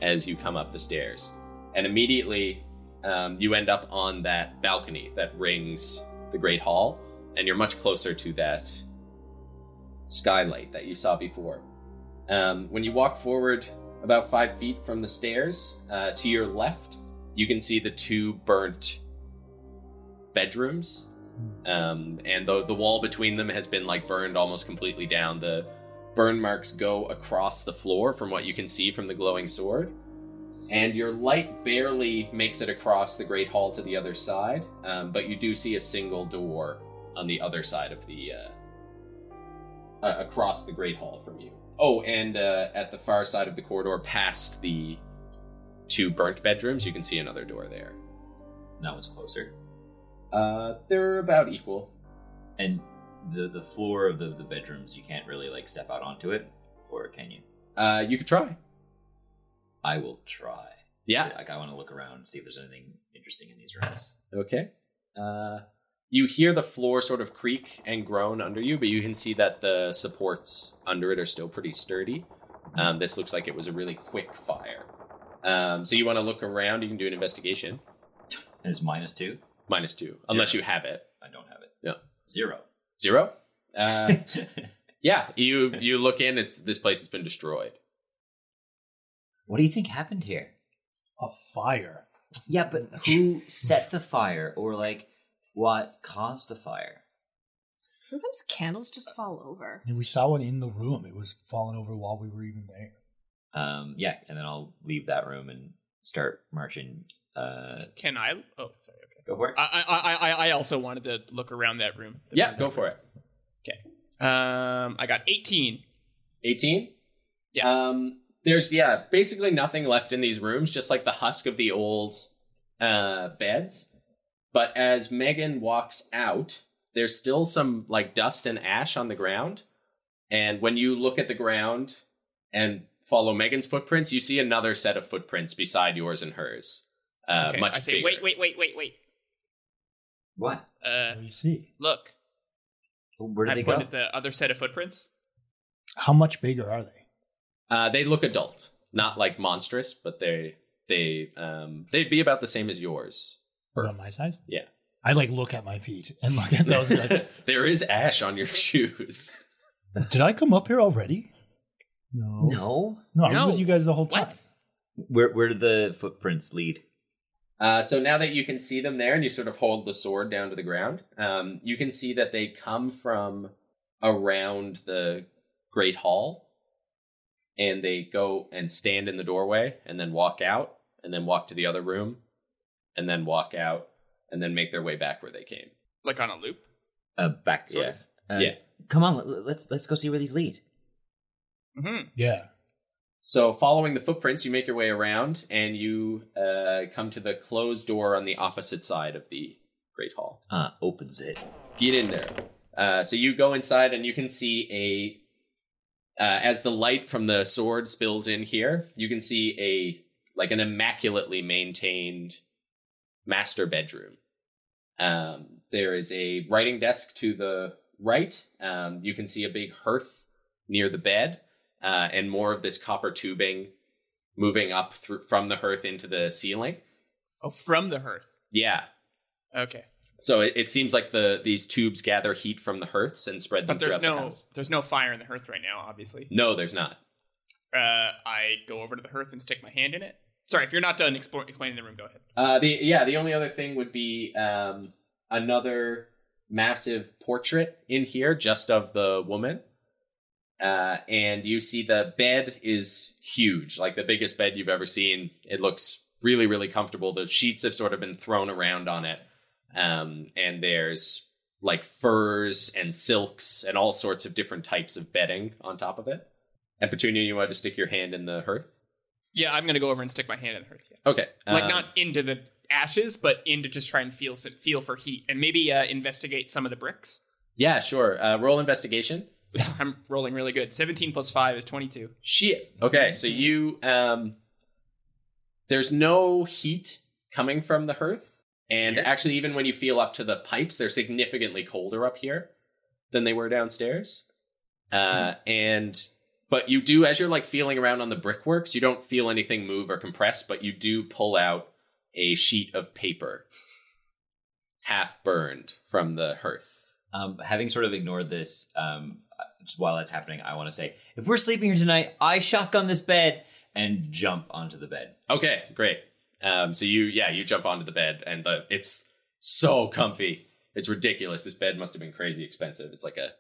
[SPEAKER 1] as you come up the stairs, and immediately um, you end up on that balcony that rings the great hall, and you're much closer to that skylight that you saw before. Um, when you walk forward about five feet from the stairs uh, to your left, you can see the two burnt bedrooms. Um, and the, the wall between them has been like burned almost completely down. The burn marks go across the floor from what you can see from the glowing sword. And your light barely makes it across the Great Hall to the other side, um, but you do see a single door on the other side of the uh, uh, across the Great Hall from you. Oh, and uh, at the far side of the corridor, past the two burnt bedrooms, you can see another door there.
[SPEAKER 7] That one's closer.
[SPEAKER 1] Uh, they're about equal.
[SPEAKER 7] And the the floor of the, the bedrooms, you can't really like step out onto it, or can you?
[SPEAKER 1] Uh, you could try.
[SPEAKER 7] I will try.
[SPEAKER 1] Yeah.
[SPEAKER 7] Like I want to look around and see if there's anything interesting in these rooms.
[SPEAKER 1] Okay. Uh, you hear the floor sort of creak and groan under you, but you can see that the supports under it are still pretty sturdy. Um, this looks like it was a really quick fire. Um, so you want to look around. You can do an investigation.
[SPEAKER 7] And it's minus two.
[SPEAKER 1] Minus two, unless
[SPEAKER 7] Zero.
[SPEAKER 1] you have it.
[SPEAKER 7] I don't have it.
[SPEAKER 1] Yeah.
[SPEAKER 7] Zero.
[SPEAKER 1] Zero. Uh, yeah. You you look in. It, this place has been destroyed.
[SPEAKER 7] what do you think happened here?
[SPEAKER 8] A fire.
[SPEAKER 7] Yeah, but who set the fire or like what caused the fire?
[SPEAKER 9] Sometimes candles just fall over.
[SPEAKER 8] And we saw one in the room. It was falling over while we were even there.
[SPEAKER 7] Um, yeah, and then I'll leave that room and start marching. Uh,
[SPEAKER 6] Can I? Oh, sorry. Okay.
[SPEAKER 7] go for it.
[SPEAKER 6] I, I, I, I- I also wanted to look around that room.
[SPEAKER 1] Yeah. Go for it.
[SPEAKER 6] Um, I got 18.
[SPEAKER 1] 18
[SPEAKER 6] Yeah.
[SPEAKER 1] um there's yeah basically nothing left in these rooms just like the husk of the old uh beds but as megan walks out there's still some like dust and ash on the ground and when you look at the ground and follow megan's footprints you see another set of footprints beside yours and hers uh
[SPEAKER 6] okay.
[SPEAKER 1] much
[SPEAKER 6] I say,
[SPEAKER 1] bigger.
[SPEAKER 6] wait, wait, wait, wait, wait.
[SPEAKER 7] What?
[SPEAKER 6] Uh,
[SPEAKER 8] What do you see?
[SPEAKER 6] look.
[SPEAKER 7] Where did
[SPEAKER 6] I
[SPEAKER 7] they go?
[SPEAKER 6] pointed the other set of footprints.
[SPEAKER 8] How much bigger are they?
[SPEAKER 1] uh they look adult not like monstrous but they they um they'd be about the same as yours
[SPEAKER 8] About my size?
[SPEAKER 1] Yeah.
[SPEAKER 8] I like look at my feet and look at those. and like,
[SPEAKER 1] there is ash on your shoes
[SPEAKER 8] Did I come up here already? No.
[SPEAKER 7] No.
[SPEAKER 8] No, I was
[SPEAKER 6] No.
[SPEAKER 8] with you guys the whole time.
[SPEAKER 6] What?
[SPEAKER 7] Where Where did the footprints lead?
[SPEAKER 1] Uh, so now that you can see them there and you sort of hold the sword down to the ground, um, you can see that they come from around the Great Hall and they go and stand in the doorway and then walk out and then walk to the other room and then walk out and then make their way back where they came.
[SPEAKER 6] Like on a loop.
[SPEAKER 7] Uh, back.
[SPEAKER 6] Sort
[SPEAKER 7] yeah.
[SPEAKER 6] of.
[SPEAKER 7] Uh,
[SPEAKER 1] Yeah.
[SPEAKER 7] Come on. let- Let's Let's go see where these lead.
[SPEAKER 6] Mm-hmm.
[SPEAKER 8] Yeah.
[SPEAKER 1] So, following the footprints, you make your way around and you uh, come to the closed door on the opposite side of the Great Hall.
[SPEAKER 7] Uh, opens it.
[SPEAKER 1] get in there. Uh, so you go inside and you can see a uh, as the light from the sword spills in here, you can see a like an immaculately maintained master bedroom. Um, there is a writing desk to the right. Um, you can see a big hearth near the bed, uh, and more of this copper tubing moving up through from the hearth into the ceiling.
[SPEAKER 6] Oh, from the hearth.
[SPEAKER 1] Yeah,
[SPEAKER 6] Okay.
[SPEAKER 1] so it, it seems like the these tubes gather heat from the hearths and spread them
[SPEAKER 6] But there's
[SPEAKER 1] throughout the
[SPEAKER 6] no
[SPEAKER 1] house.
[SPEAKER 6] there's no fire in the hearth right now, obviously.
[SPEAKER 1] No, there's not.
[SPEAKER 6] Uh, I go over to the hearth and stick my hand in it. Sorry, if you're not done explore, explaining the room, go ahead.
[SPEAKER 1] Uh, the yeah, the only other thing would be um, another massive portrait in here, just of the woman. Uh, and you see the bed is huge, like the biggest bed you've ever seen. It looks really, really comfortable. The sheets have sort of been thrown around on it, um, and there's like furs and silks and all sorts of different types of bedding on top of it. And Petunia, you wanted to stick your hand in the hearth?
[SPEAKER 6] Yeah, I'm gonna go over and stick my hand in the hearth. Yeah.
[SPEAKER 1] Okay,
[SPEAKER 6] Like
[SPEAKER 1] um,
[SPEAKER 6] not into the ashes, but into just try and feel some, feel for heat and maybe uh, investigate some of the bricks.
[SPEAKER 1] Yeah, sure. Uh, roll investigation.
[SPEAKER 6] I'm rolling really good. 17 plus five is 22.
[SPEAKER 1] Shit. Okay, so you um there's no heat coming from the hearth. And
[SPEAKER 6] Weird.
[SPEAKER 1] actually even when you feel up to the pipes, they're significantly colder up here than they were downstairs. Uh and but you do as you're like feeling around on the brickworks, you don't feel anything move or compress, but you do pull out a sheet of paper half burned from the hearth.
[SPEAKER 7] Um, having sort of ignored this, um, uh, just while that's happening, I want to say, if we're sleeping here tonight, I shotgun this bed and jump onto the bed.
[SPEAKER 1] Okay, great. Um, so you, yeah, you jump onto the bed, and the it's so comfy. It's ridiculous. This bed must have been crazy expensive. It's like a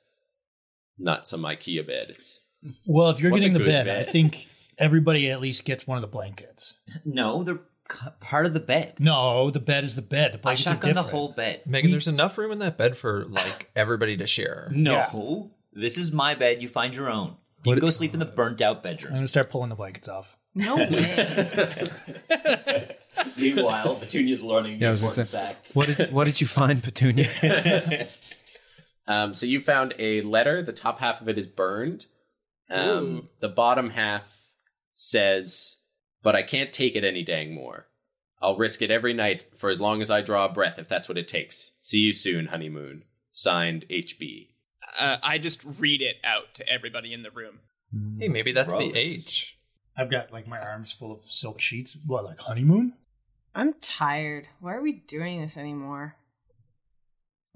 [SPEAKER 1] not some IKEA bed. It's
[SPEAKER 8] Well, if you're
[SPEAKER 1] What's a
[SPEAKER 8] getting the
[SPEAKER 1] good
[SPEAKER 8] bed,
[SPEAKER 1] bed?
[SPEAKER 8] I think everybody at least gets one of the blankets.
[SPEAKER 7] No, they're c- part of the bed.
[SPEAKER 8] No, the bed is the bed. The
[SPEAKER 7] I
[SPEAKER 8] blankets are
[SPEAKER 7] shotgun the
[SPEAKER 8] different.
[SPEAKER 7] whole bed.
[SPEAKER 5] Megan, there's enough room in that bed for like everybody to share.
[SPEAKER 7] No, this is my bed. You find your own. You can go sleep in the burnt out
[SPEAKER 8] I'm gonna
[SPEAKER 7] bedroom.
[SPEAKER 8] start pulling the blankets off.
[SPEAKER 9] No way.
[SPEAKER 7] Meanwhile, Petunia's learning
[SPEAKER 10] Yeah, I was gonna
[SPEAKER 7] important
[SPEAKER 10] say,
[SPEAKER 7] facts.
[SPEAKER 10] What did What did you find, Petunia?
[SPEAKER 1] um, so you found a letter. The top half of it is burned. Um,
[SPEAKER 6] Ooh.
[SPEAKER 1] the bottom half says, but I can't take it any dang more. I'll risk it every night for as long as I draw a breath, if that's what it takes. See you soon, honeymoon. Signed, HB.
[SPEAKER 6] Uh, I just read it out to everybody in the room.
[SPEAKER 5] Hey, maybe that's the
[SPEAKER 1] Gross.
[SPEAKER 5] age.
[SPEAKER 8] I've got like my arms full of silk sheets. What, like honeymoon?
[SPEAKER 9] I'm tired. Why are we doing this anymore?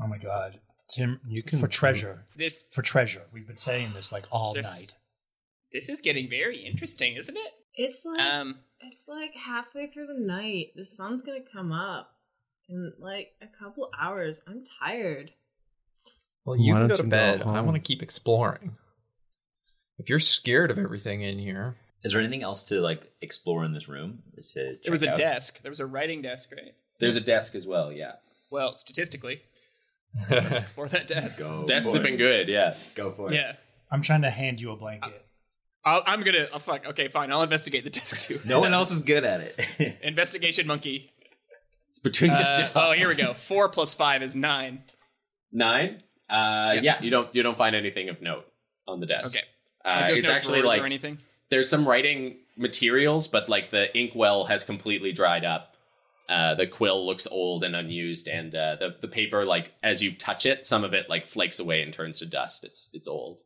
[SPEAKER 8] Oh my god, Tim, you
[SPEAKER 10] can-
[SPEAKER 8] can for treasure.
[SPEAKER 6] This
[SPEAKER 8] For treasure, we've been saying this like all
[SPEAKER 6] This-
[SPEAKER 8] night.
[SPEAKER 6] this is getting very interesting, isn't it?
[SPEAKER 9] It's like
[SPEAKER 6] Um,
[SPEAKER 9] it's like halfway through the night. The sun's gonna come up in like a couple hours. I'm tired.
[SPEAKER 5] Well, you
[SPEAKER 10] Why
[SPEAKER 5] can
[SPEAKER 10] don't
[SPEAKER 5] go to
[SPEAKER 10] you go
[SPEAKER 5] bed. I
[SPEAKER 10] home?
[SPEAKER 5] want to keep exploring. If you're scared of everything in here,
[SPEAKER 7] Is there anything else to like explore in this room? To
[SPEAKER 6] there was
[SPEAKER 7] check
[SPEAKER 6] a
[SPEAKER 7] out?
[SPEAKER 6] desk. There was a writing desk, right?
[SPEAKER 1] There's a desk as well, yeah.
[SPEAKER 6] Well, statistically, explore that desk.
[SPEAKER 7] Go.
[SPEAKER 1] Desks
[SPEAKER 7] for
[SPEAKER 1] have been
[SPEAKER 7] it.
[SPEAKER 1] good, yeah.
[SPEAKER 7] Go for it.
[SPEAKER 6] Yeah,
[SPEAKER 8] I'm trying to hand you a blanket.
[SPEAKER 6] I'll, I'm gonna. Oh, fuck. Okay, fine. I'll investigate the desk too.
[SPEAKER 7] No one else is good at it.
[SPEAKER 6] Investigation monkey.
[SPEAKER 1] It's between us.
[SPEAKER 6] Uh, oh, here we go. Four plus five is nine.
[SPEAKER 1] Nine. Uh,
[SPEAKER 6] Yeah.
[SPEAKER 1] yeah, you don't you don't find anything of note on the desk.
[SPEAKER 6] Okay.
[SPEAKER 1] Uh,
[SPEAKER 6] There's
[SPEAKER 1] it's
[SPEAKER 6] no
[SPEAKER 1] actually
[SPEAKER 6] drawers
[SPEAKER 1] like
[SPEAKER 6] or anything.
[SPEAKER 1] there's some writing materials, but like the inkwell has completely dried up. Uh, the quill looks old and unused, and uh, the the paper, like as you touch it, some of it like flakes away and turns to dust. It's it's old.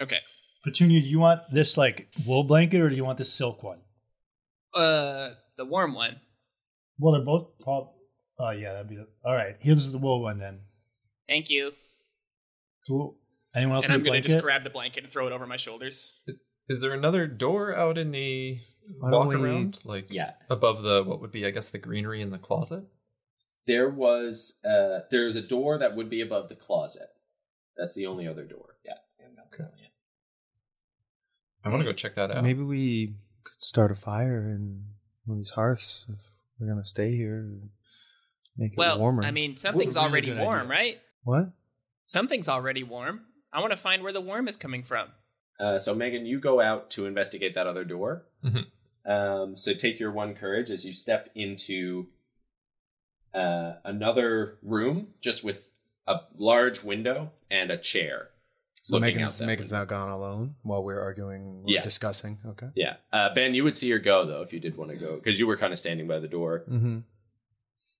[SPEAKER 6] Okay.
[SPEAKER 8] Petunia, do you want this like wool blanket or do you want this silk one?
[SPEAKER 6] Uh, the warm one.
[SPEAKER 8] Well, they're both. Prob- oh yeah, that'd be all right. Here's the wool one then.
[SPEAKER 6] Thank you.
[SPEAKER 8] Cool. Anyone else
[SPEAKER 6] and
[SPEAKER 8] need
[SPEAKER 6] I'm
[SPEAKER 8] a
[SPEAKER 6] gonna
[SPEAKER 8] blanket?
[SPEAKER 6] just grab the blanket and throw it over my shoulders.
[SPEAKER 5] is there another door out in the
[SPEAKER 10] Why don't
[SPEAKER 5] walk
[SPEAKER 10] we-
[SPEAKER 5] around, like
[SPEAKER 7] yeah.
[SPEAKER 5] above the what would be, I guess, the greenery in the closet?
[SPEAKER 1] There was uh, there's a door that would be above the closet. That's the only other door. Yeah.
[SPEAKER 5] I want to go check that out.
[SPEAKER 10] Maybe we could start a fire in one of these hearths if we're gonna stay here. and Make it
[SPEAKER 6] Well,
[SPEAKER 10] warmer.
[SPEAKER 6] I mean, something's
[SPEAKER 8] really
[SPEAKER 6] already
[SPEAKER 8] good
[SPEAKER 6] warm,
[SPEAKER 8] idea.
[SPEAKER 6] right?
[SPEAKER 10] what?
[SPEAKER 6] Something's already warm. I want to find where the worm is coming from.
[SPEAKER 1] Uh, so Megan, you go out to investigate that other door.
[SPEAKER 5] Mhm.
[SPEAKER 1] Um, so take your one courage as you step into uh, another room, just with a large window and a chair.
[SPEAKER 10] So
[SPEAKER 1] looking
[SPEAKER 10] Megan's,
[SPEAKER 1] out that
[SPEAKER 10] Megan's
[SPEAKER 1] window.
[SPEAKER 10] now gone alone while we're arguing, we're
[SPEAKER 1] Yeah.
[SPEAKER 10] discussing. Okay.
[SPEAKER 1] Yeah, uh, Ben, you would see her go though if you did want to go because you were kind of standing by the door.
[SPEAKER 10] Mm-hmm.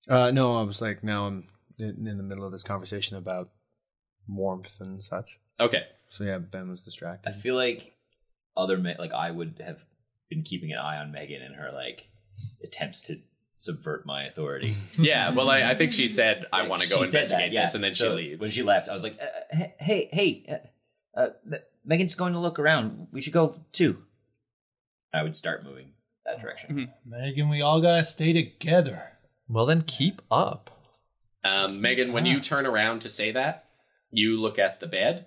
[SPEAKER 10] Uh, no, I was like, now I'm in, in the middle of this conversation about warmth and such.
[SPEAKER 1] Okay,
[SPEAKER 10] So yeah, Ben was distracted.
[SPEAKER 7] I feel like other me- like I would have been keeping an eye on Megan and her like attempts to subvert my authority.
[SPEAKER 1] yeah. Well, I, I think she said I
[SPEAKER 7] Like,
[SPEAKER 1] want to go
[SPEAKER 7] she said that,
[SPEAKER 1] investigate
[SPEAKER 7] yeah.
[SPEAKER 1] this, and then she
[SPEAKER 7] So
[SPEAKER 1] leaves.
[SPEAKER 7] When she left, I was like, uh, uh, "Hey, hey, uh, uh, Me- Megan's going to look around. We should go too." I would start moving that direction.
[SPEAKER 1] Mm-hmm.
[SPEAKER 8] Megan, we all gotta stay together.
[SPEAKER 5] Well, then keep up.
[SPEAKER 1] Um, Megan, when
[SPEAKER 7] ah."
[SPEAKER 1] you turn around to say that, you look at the bed,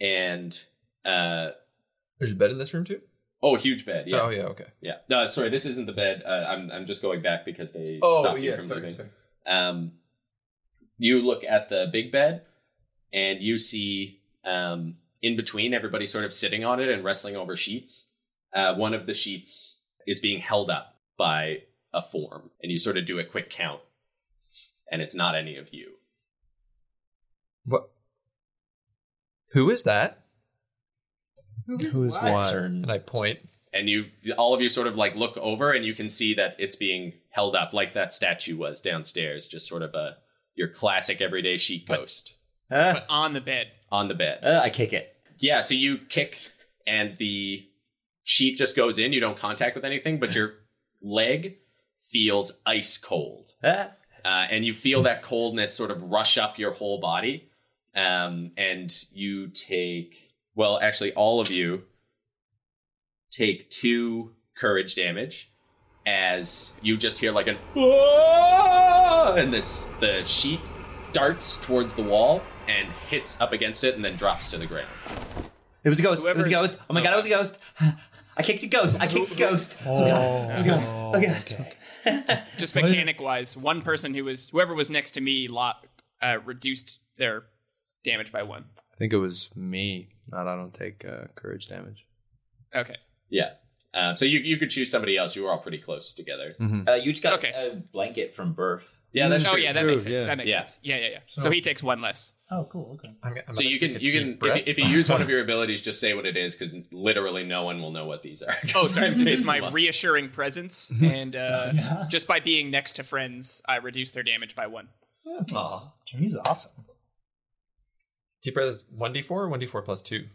[SPEAKER 1] and uh,
[SPEAKER 5] There's a bed in this room too.
[SPEAKER 1] oh, huge bed. Yeah.
[SPEAKER 5] Oh yeah. Okay.
[SPEAKER 1] Yeah. No, sorry, this isn't the bed. Uh, I'm I'm just going back because they stopped you from moving. Um, you look at the big bed, and you see um, in between everybody sort of sitting on it and wrestling over sheets. Uh, one of the sheets is being held up by a form, and you sort of do a quick count, and it's not any of you.
[SPEAKER 5] What? Who is that?
[SPEAKER 10] Who is
[SPEAKER 9] what?
[SPEAKER 10] what?
[SPEAKER 7] Turn.
[SPEAKER 5] And I point.
[SPEAKER 1] And you, all of you, sort of like look over, and you can see that it's being held up like that statue was downstairs, just sort of a your classic everyday sheet ghost.
[SPEAKER 7] Uh,
[SPEAKER 6] But on the bed.
[SPEAKER 1] on the bed.
[SPEAKER 7] uh, I kick it.
[SPEAKER 1] Yeah, so you kick and the sheet just goes in. You don't contact with anything, but your leg feels ice cold.
[SPEAKER 7] Uh,
[SPEAKER 1] Uh, and you feel that coldness sort of rush up your whole body. Um, and you take, well, actually, all of you take two courage damage as you just hear like an "Ah!" and this the sheet darts towards the wall and hits up against it and then drops to the ground.
[SPEAKER 7] it was a ghost. it was a
[SPEAKER 6] Whoever's-
[SPEAKER 7] ghost. Oh my god, it was a ghost. I kicked a ghost. I kicked a ghost. Oh, god. Oh, god. Oh, god.
[SPEAKER 6] Just mechanic wise, one person who was whoever was next to me lot uh, reduced their damage by one.
[SPEAKER 10] I think it was me. Not I don't take uh, courage damage.
[SPEAKER 6] Okay.
[SPEAKER 1] Yeah. Uh, Uh, so you you could choose somebody else. You were all pretty close together.
[SPEAKER 7] Uh, you just got
[SPEAKER 6] Okay.
[SPEAKER 7] a blanket from birth.
[SPEAKER 1] Yeah, that's
[SPEAKER 6] oh
[SPEAKER 1] true.
[SPEAKER 6] yeah, that
[SPEAKER 10] True,
[SPEAKER 6] makes sense.
[SPEAKER 10] yeah.
[SPEAKER 6] That makes
[SPEAKER 1] Yeah.
[SPEAKER 6] sense. Yeah, yeah, yeah. So,
[SPEAKER 8] So-
[SPEAKER 6] he takes one less.
[SPEAKER 8] Oh, cool. Okay.
[SPEAKER 10] I'm, I'm
[SPEAKER 1] So you can you can if, if you use one of your abilities, just say what it is because literally no one will know what these are.
[SPEAKER 6] Oh, sorry. This is my
[SPEAKER 1] Well,
[SPEAKER 6] reassuring presence, and uh,
[SPEAKER 8] Yeah.
[SPEAKER 6] just by being next to friends, I reduce their damage by one.
[SPEAKER 7] Aw.
[SPEAKER 8] Jimmy's awesome.
[SPEAKER 5] Deep breath is 1d4 or 1d4 plus 2?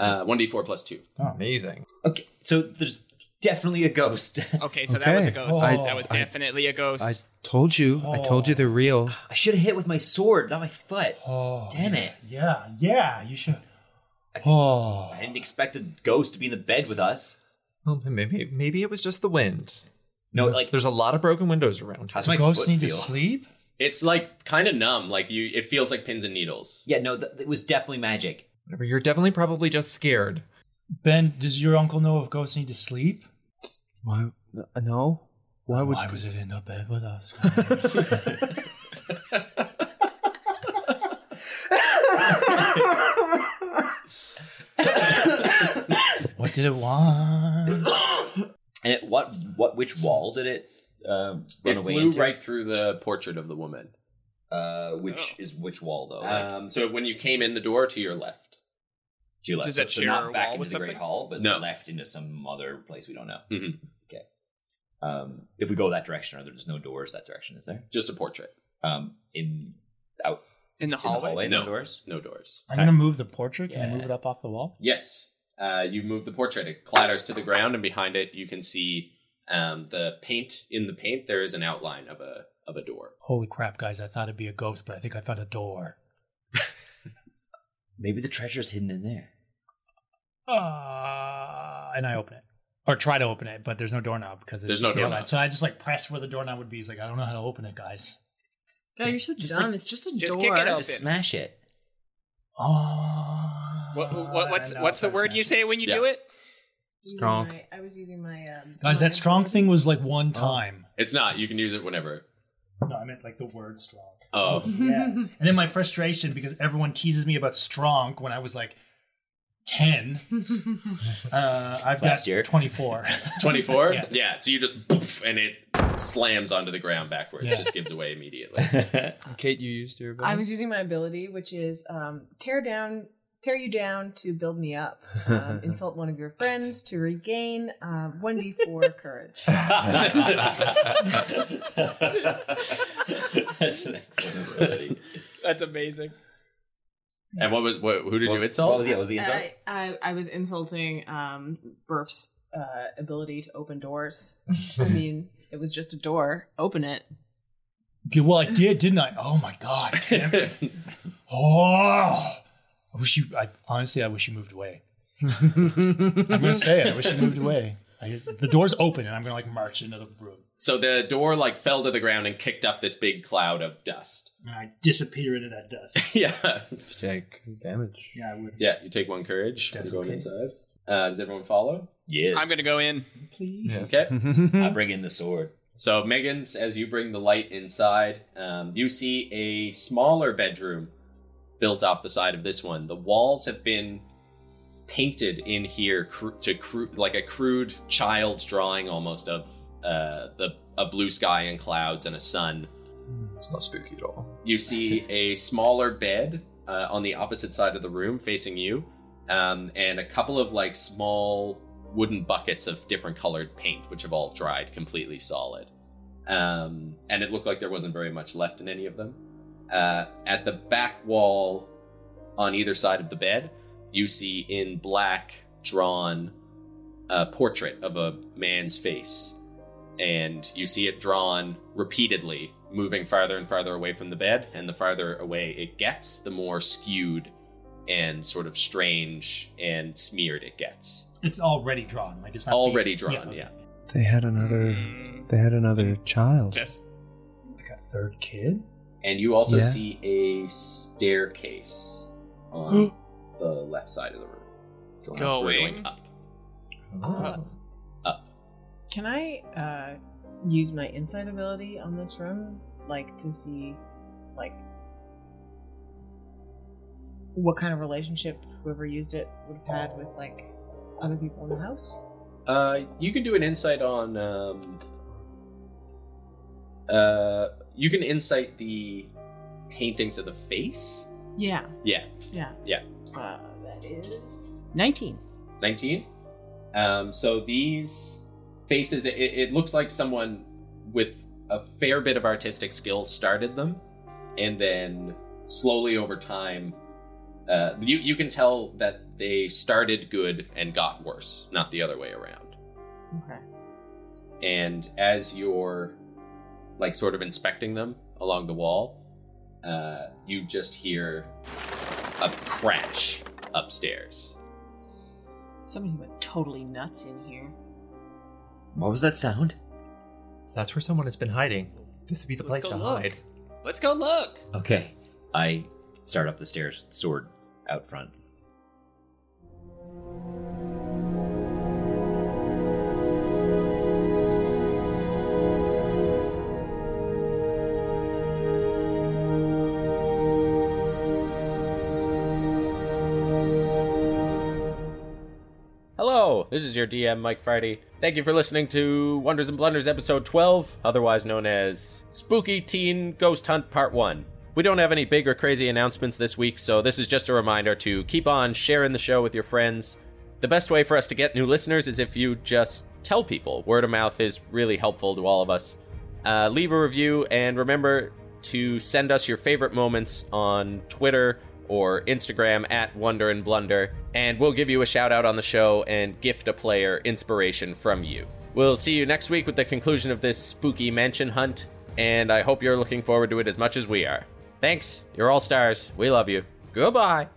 [SPEAKER 1] uh, 1d4 plus two.
[SPEAKER 5] Oh, Amazing.
[SPEAKER 7] Okay, so there's definitely a ghost.
[SPEAKER 6] Okay, so that was a
[SPEAKER 10] Okay.
[SPEAKER 6] ghost.
[SPEAKER 8] Oh. I-
[SPEAKER 6] that was
[SPEAKER 10] I-
[SPEAKER 6] definitely a ghost.
[SPEAKER 10] I told you. I told you they're real.
[SPEAKER 7] I should have hit with my sword, not my foot.
[SPEAKER 8] Oh,
[SPEAKER 7] Damn it!
[SPEAKER 8] yeah, yeah. You should. Oh,
[SPEAKER 7] I didn't expect a ghost to be in the bed with us.
[SPEAKER 5] Well, maybe maybe it was just the wind.
[SPEAKER 7] No, like
[SPEAKER 5] There's a lot of broken windows around.
[SPEAKER 7] how's
[SPEAKER 5] here.
[SPEAKER 7] my
[SPEAKER 8] ghosts
[SPEAKER 7] foot
[SPEAKER 8] need
[SPEAKER 7] feel?
[SPEAKER 8] to sleep.
[SPEAKER 1] It's like kind of numb. Like you, it feels like pins and needles.
[SPEAKER 7] Yeah, no, th- it was definitely magic.
[SPEAKER 5] Whatever, You're definitely probably just scared.
[SPEAKER 8] Ben, does your uncle know if ghosts need to sleep?
[SPEAKER 10] Why? uh, No. Why would?
[SPEAKER 8] was it in the bed with us? what did it want?
[SPEAKER 7] And it, what what which wall did it um, run
[SPEAKER 1] it
[SPEAKER 7] away
[SPEAKER 1] flew
[SPEAKER 7] into?
[SPEAKER 1] right through the portrait of the woman.
[SPEAKER 7] Uh, which
[SPEAKER 6] Oh.
[SPEAKER 7] is which wall though? Like,
[SPEAKER 1] Um, so when you came in the door to your left,
[SPEAKER 7] to your left.
[SPEAKER 6] does
[SPEAKER 7] so,
[SPEAKER 6] it
[SPEAKER 7] so
[SPEAKER 6] share a
[SPEAKER 7] not back
[SPEAKER 6] wall
[SPEAKER 7] into
[SPEAKER 6] with
[SPEAKER 7] the Great
[SPEAKER 6] something?
[SPEAKER 7] Hall, but
[SPEAKER 1] No.
[SPEAKER 7] left into some other place we don't know.
[SPEAKER 1] Mhm.
[SPEAKER 7] Okay. Um, if we go that direction, are there, there's no doors that direction, is there?
[SPEAKER 1] just a portrait,
[SPEAKER 7] Um, in out
[SPEAKER 6] in the
[SPEAKER 7] in the
[SPEAKER 6] hallway.
[SPEAKER 7] hallway,
[SPEAKER 1] No.
[SPEAKER 7] no doors.
[SPEAKER 1] no doors.
[SPEAKER 8] I'm gonna move the portrait. Can
[SPEAKER 7] Yeah.
[SPEAKER 8] I move it up off the wall?
[SPEAKER 1] Yes. Uh, you move the portrait. It clatters to the ground, and behind it, you can see um, the paint. In the paint, there is an outline of a of a door.
[SPEAKER 8] Holy crap, guys! I thought it'd be a ghost, but I think I found a door.
[SPEAKER 7] Maybe the treasure's hidden in there.
[SPEAKER 6] Ah,
[SPEAKER 8] Uh, and I open it. Or try to open it, but there's no doorknob because it's
[SPEAKER 1] There's
[SPEAKER 8] just
[SPEAKER 1] no
[SPEAKER 8] the outline.
[SPEAKER 1] doorknob.
[SPEAKER 8] So I just like press where the doorknob would be. It's like, I don't know how to open it, guys.
[SPEAKER 9] God, you're so dumb. it's just a
[SPEAKER 6] just
[SPEAKER 9] door.
[SPEAKER 6] kick it open.
[SPEAKER 7] Just smash it.
[SPEAKER 8] Oh,
[SPEAKER 6] What, what, what's
[SPEAKER 8] I know,
[SPEAKER 6] what's the
[SPEAKER 8] that's
[SPEAKER 6] word you
[SPEAKER 8] nasty.
[SPEAKER 6] say when you
[SPEAKER 1] Yeah.
[SPEAKER 6] do it?
[SPEAKER 9] Using
[SPEAKER 5] Strong.
[SPEAKER 9] my- I was using my um,
[SPEAKER 8] Guys,
[SPEAKER 9] my-
[SPEAKER 8] that strong thing was like one
[SPEAKER 6] Oh.
[SPEAKER 8] time.
[SPEAKER 1] It's not. You can use it whenever.
[SPEAKER 8] No, I meant like the word strong.
[SPEAKER 1] Oh,
[SPEAKER 8] Yeah. and then my frustration because everyone teases me about strong when I was like 10. uh, I've
[SPEAKER 7] Last
[SPEAKER 8] got
[SPEAKER 7] year.
[SPEAKER 8] 24.
[SPEAKER 1] 24? yeah.
[SPEAKER 8] Yeah.
[SPEAKER 1] so you just poof, and it slams onto the ground backwards.
[SPEAKER 8] Yeah.
[SPEAKER 1] Just gives away immediately.
[SPEAKER 10] Kate, you used your.
[SPEAKER 9] I was using my ability, which is um, tear down, tear you down to build me up. Um, insult one of your friends to regain um, one d four courage.
[SPEAKER 7] That's an excellent ability.
[SPEAKER 6] That's amazing.
[SPEAKER 1] and what was what, who did you insult?
[SPEAKER 7] What was, yeah, what was the insult?
[SPEAKER 9] I, I, I was insulting um, Burf's uh, ability to open doors. I mean, it was just a door. Open it.
[SPEAKER 8] Okay, well, I did, didn't I? Oh my God. damn it. Oh, I wish you. I honestly, I wish you moved away. I'm gonna say it. I wish you moved away. I just, the door's open, and I'm gonna like march into the room,
[SPEAKER 1] so the door like fell to the ground and kicked up this big cloud of dust.
[SPEAKER 8] and I disappear into that dust.
[SPEAKER 1] yeah.
[SPEAKER 10] take damage.
[SPEAKER 8] Yeah, I would.
[SPEAKER 1] Yeah, you take one courage.
[SPEAKER 8] That's
[SPEAKER 1] You're going
[SPEAKER 8] okay.
[SPEAKER 1] inside. Uh, does everyone follow?
[SPEAKER 7] Yeah.
[SPEAKER 6] I'm gonna go in.
[SPEAKER 1] Okay.
[SPEAKER 7] I bring in the sword.
[SPEAKER 1] So, Megan's, as you bring the light inside, um, you see a smaller bedroom built off the side of this one. The walls have been painted in here cr- to cru- like a crude child's drawing almost of uh, the a blue sky and clouds and a sun.
[SPEAKER 10] It's not spooky at all.
[SPEAKER 1] You see a smaller bed uh, on the opposite side of the room facing you, um, and a couple of like small wooden buckets of different colored paint, which have all dried completely solid. Um, and it looked like there wasn't very much left in any of them. Uh, at the back wall on either side of the bed, you see in black drawn a portrait of a man's face and you see it drawn repeatedly, moving farther and farther away from the bed. And the farther away it gets, the more skewed and sort of strange and smeared it gets.
[SPEAKER 8] It's already drawn. Like it's not
[SPEAKER 1] Already
[SPEAKER 8] being-
[SPEAKER 1] drawn, yeah.
[SPEAKER 10] They had another. They had another child.
[SPEAKER 6] Yes.
[SPEAKER 8] okay. Like a third kid.
[SPEAKER 1] And you also
[SPEAKER 10] Yeah.
[SPEAKER 1] see a staircase on the left side of the room. Going, up,
[SPEAKER 6] Going
[SPEAKER 1] going up.
[SPEAKER 9] Uh,
[SPEAKER 1] Up.
[SPEAKER 9] Can I uh, use my insight ability on this room, like to see, like, what kind of relationship whoever used it would have had with like other people in the house?
[SPEAKER 11] Uh, you can do an insight on. Um, uh, you can insight the paintings of the face.
[SPEAKER 9] Yeah.
[SPEAKER 11] Yeah,
[SPEAKER 9] Yeah.
[SPEAKER 11] Yeah.
[SPEAKER 9] Uh, that is 19.
[SPEAKER 11] 19. Um, so these faces, it, it looks like someone with a fair bit of artistic skill started them, and then slowly over time, uh, you you can tell that they started good and got worse, not the other way around.
[SPEAKER 9] Okay.
[SPEAKER 11] and as you're like sort of inspecting them along the wall uh, you just hear a crash upstairs
[SPEAKER 9] Somebody went totally nuts in here.
[SPEAKER 7] What was that sound?
[SPEAKER 5] That's where someone has been hiding. This would be the
[SPEAKER 6] Let's
[SPEAKER 5] place to
[SPEAKER 6] go look.
[SPEAKER 5] hide.
[SPEAKER 6] Let's go look.
[SPEAKER 7] Okay. I start up the stairs, sword out front.
[SPEAKER 1] Hello, this is your DM, Mike Friday. Thank you for listening to Wonders and Blunders episode 12, otherwise known as Spooky Teen Ghost Hunt Part 1. We don't have any big or crazy announcements this week, so this is just a reminder to keep on sharing the show with your friends. The best way for us to get new listeners is if you just tell people. Word of mouth is really helpful to all of us. Uh, leave a review and remember to send us your favorite moments on Twitter or Instagram at Wonder and Blunder, and we'll give you a shout out on the show and gift a player inspiration from you. We'll see you next week with the conclusion of this spooky mansion hunt, and I hope you're looking forward to it as much as we are. Thanks, you're all stars. We love you. Goodbye.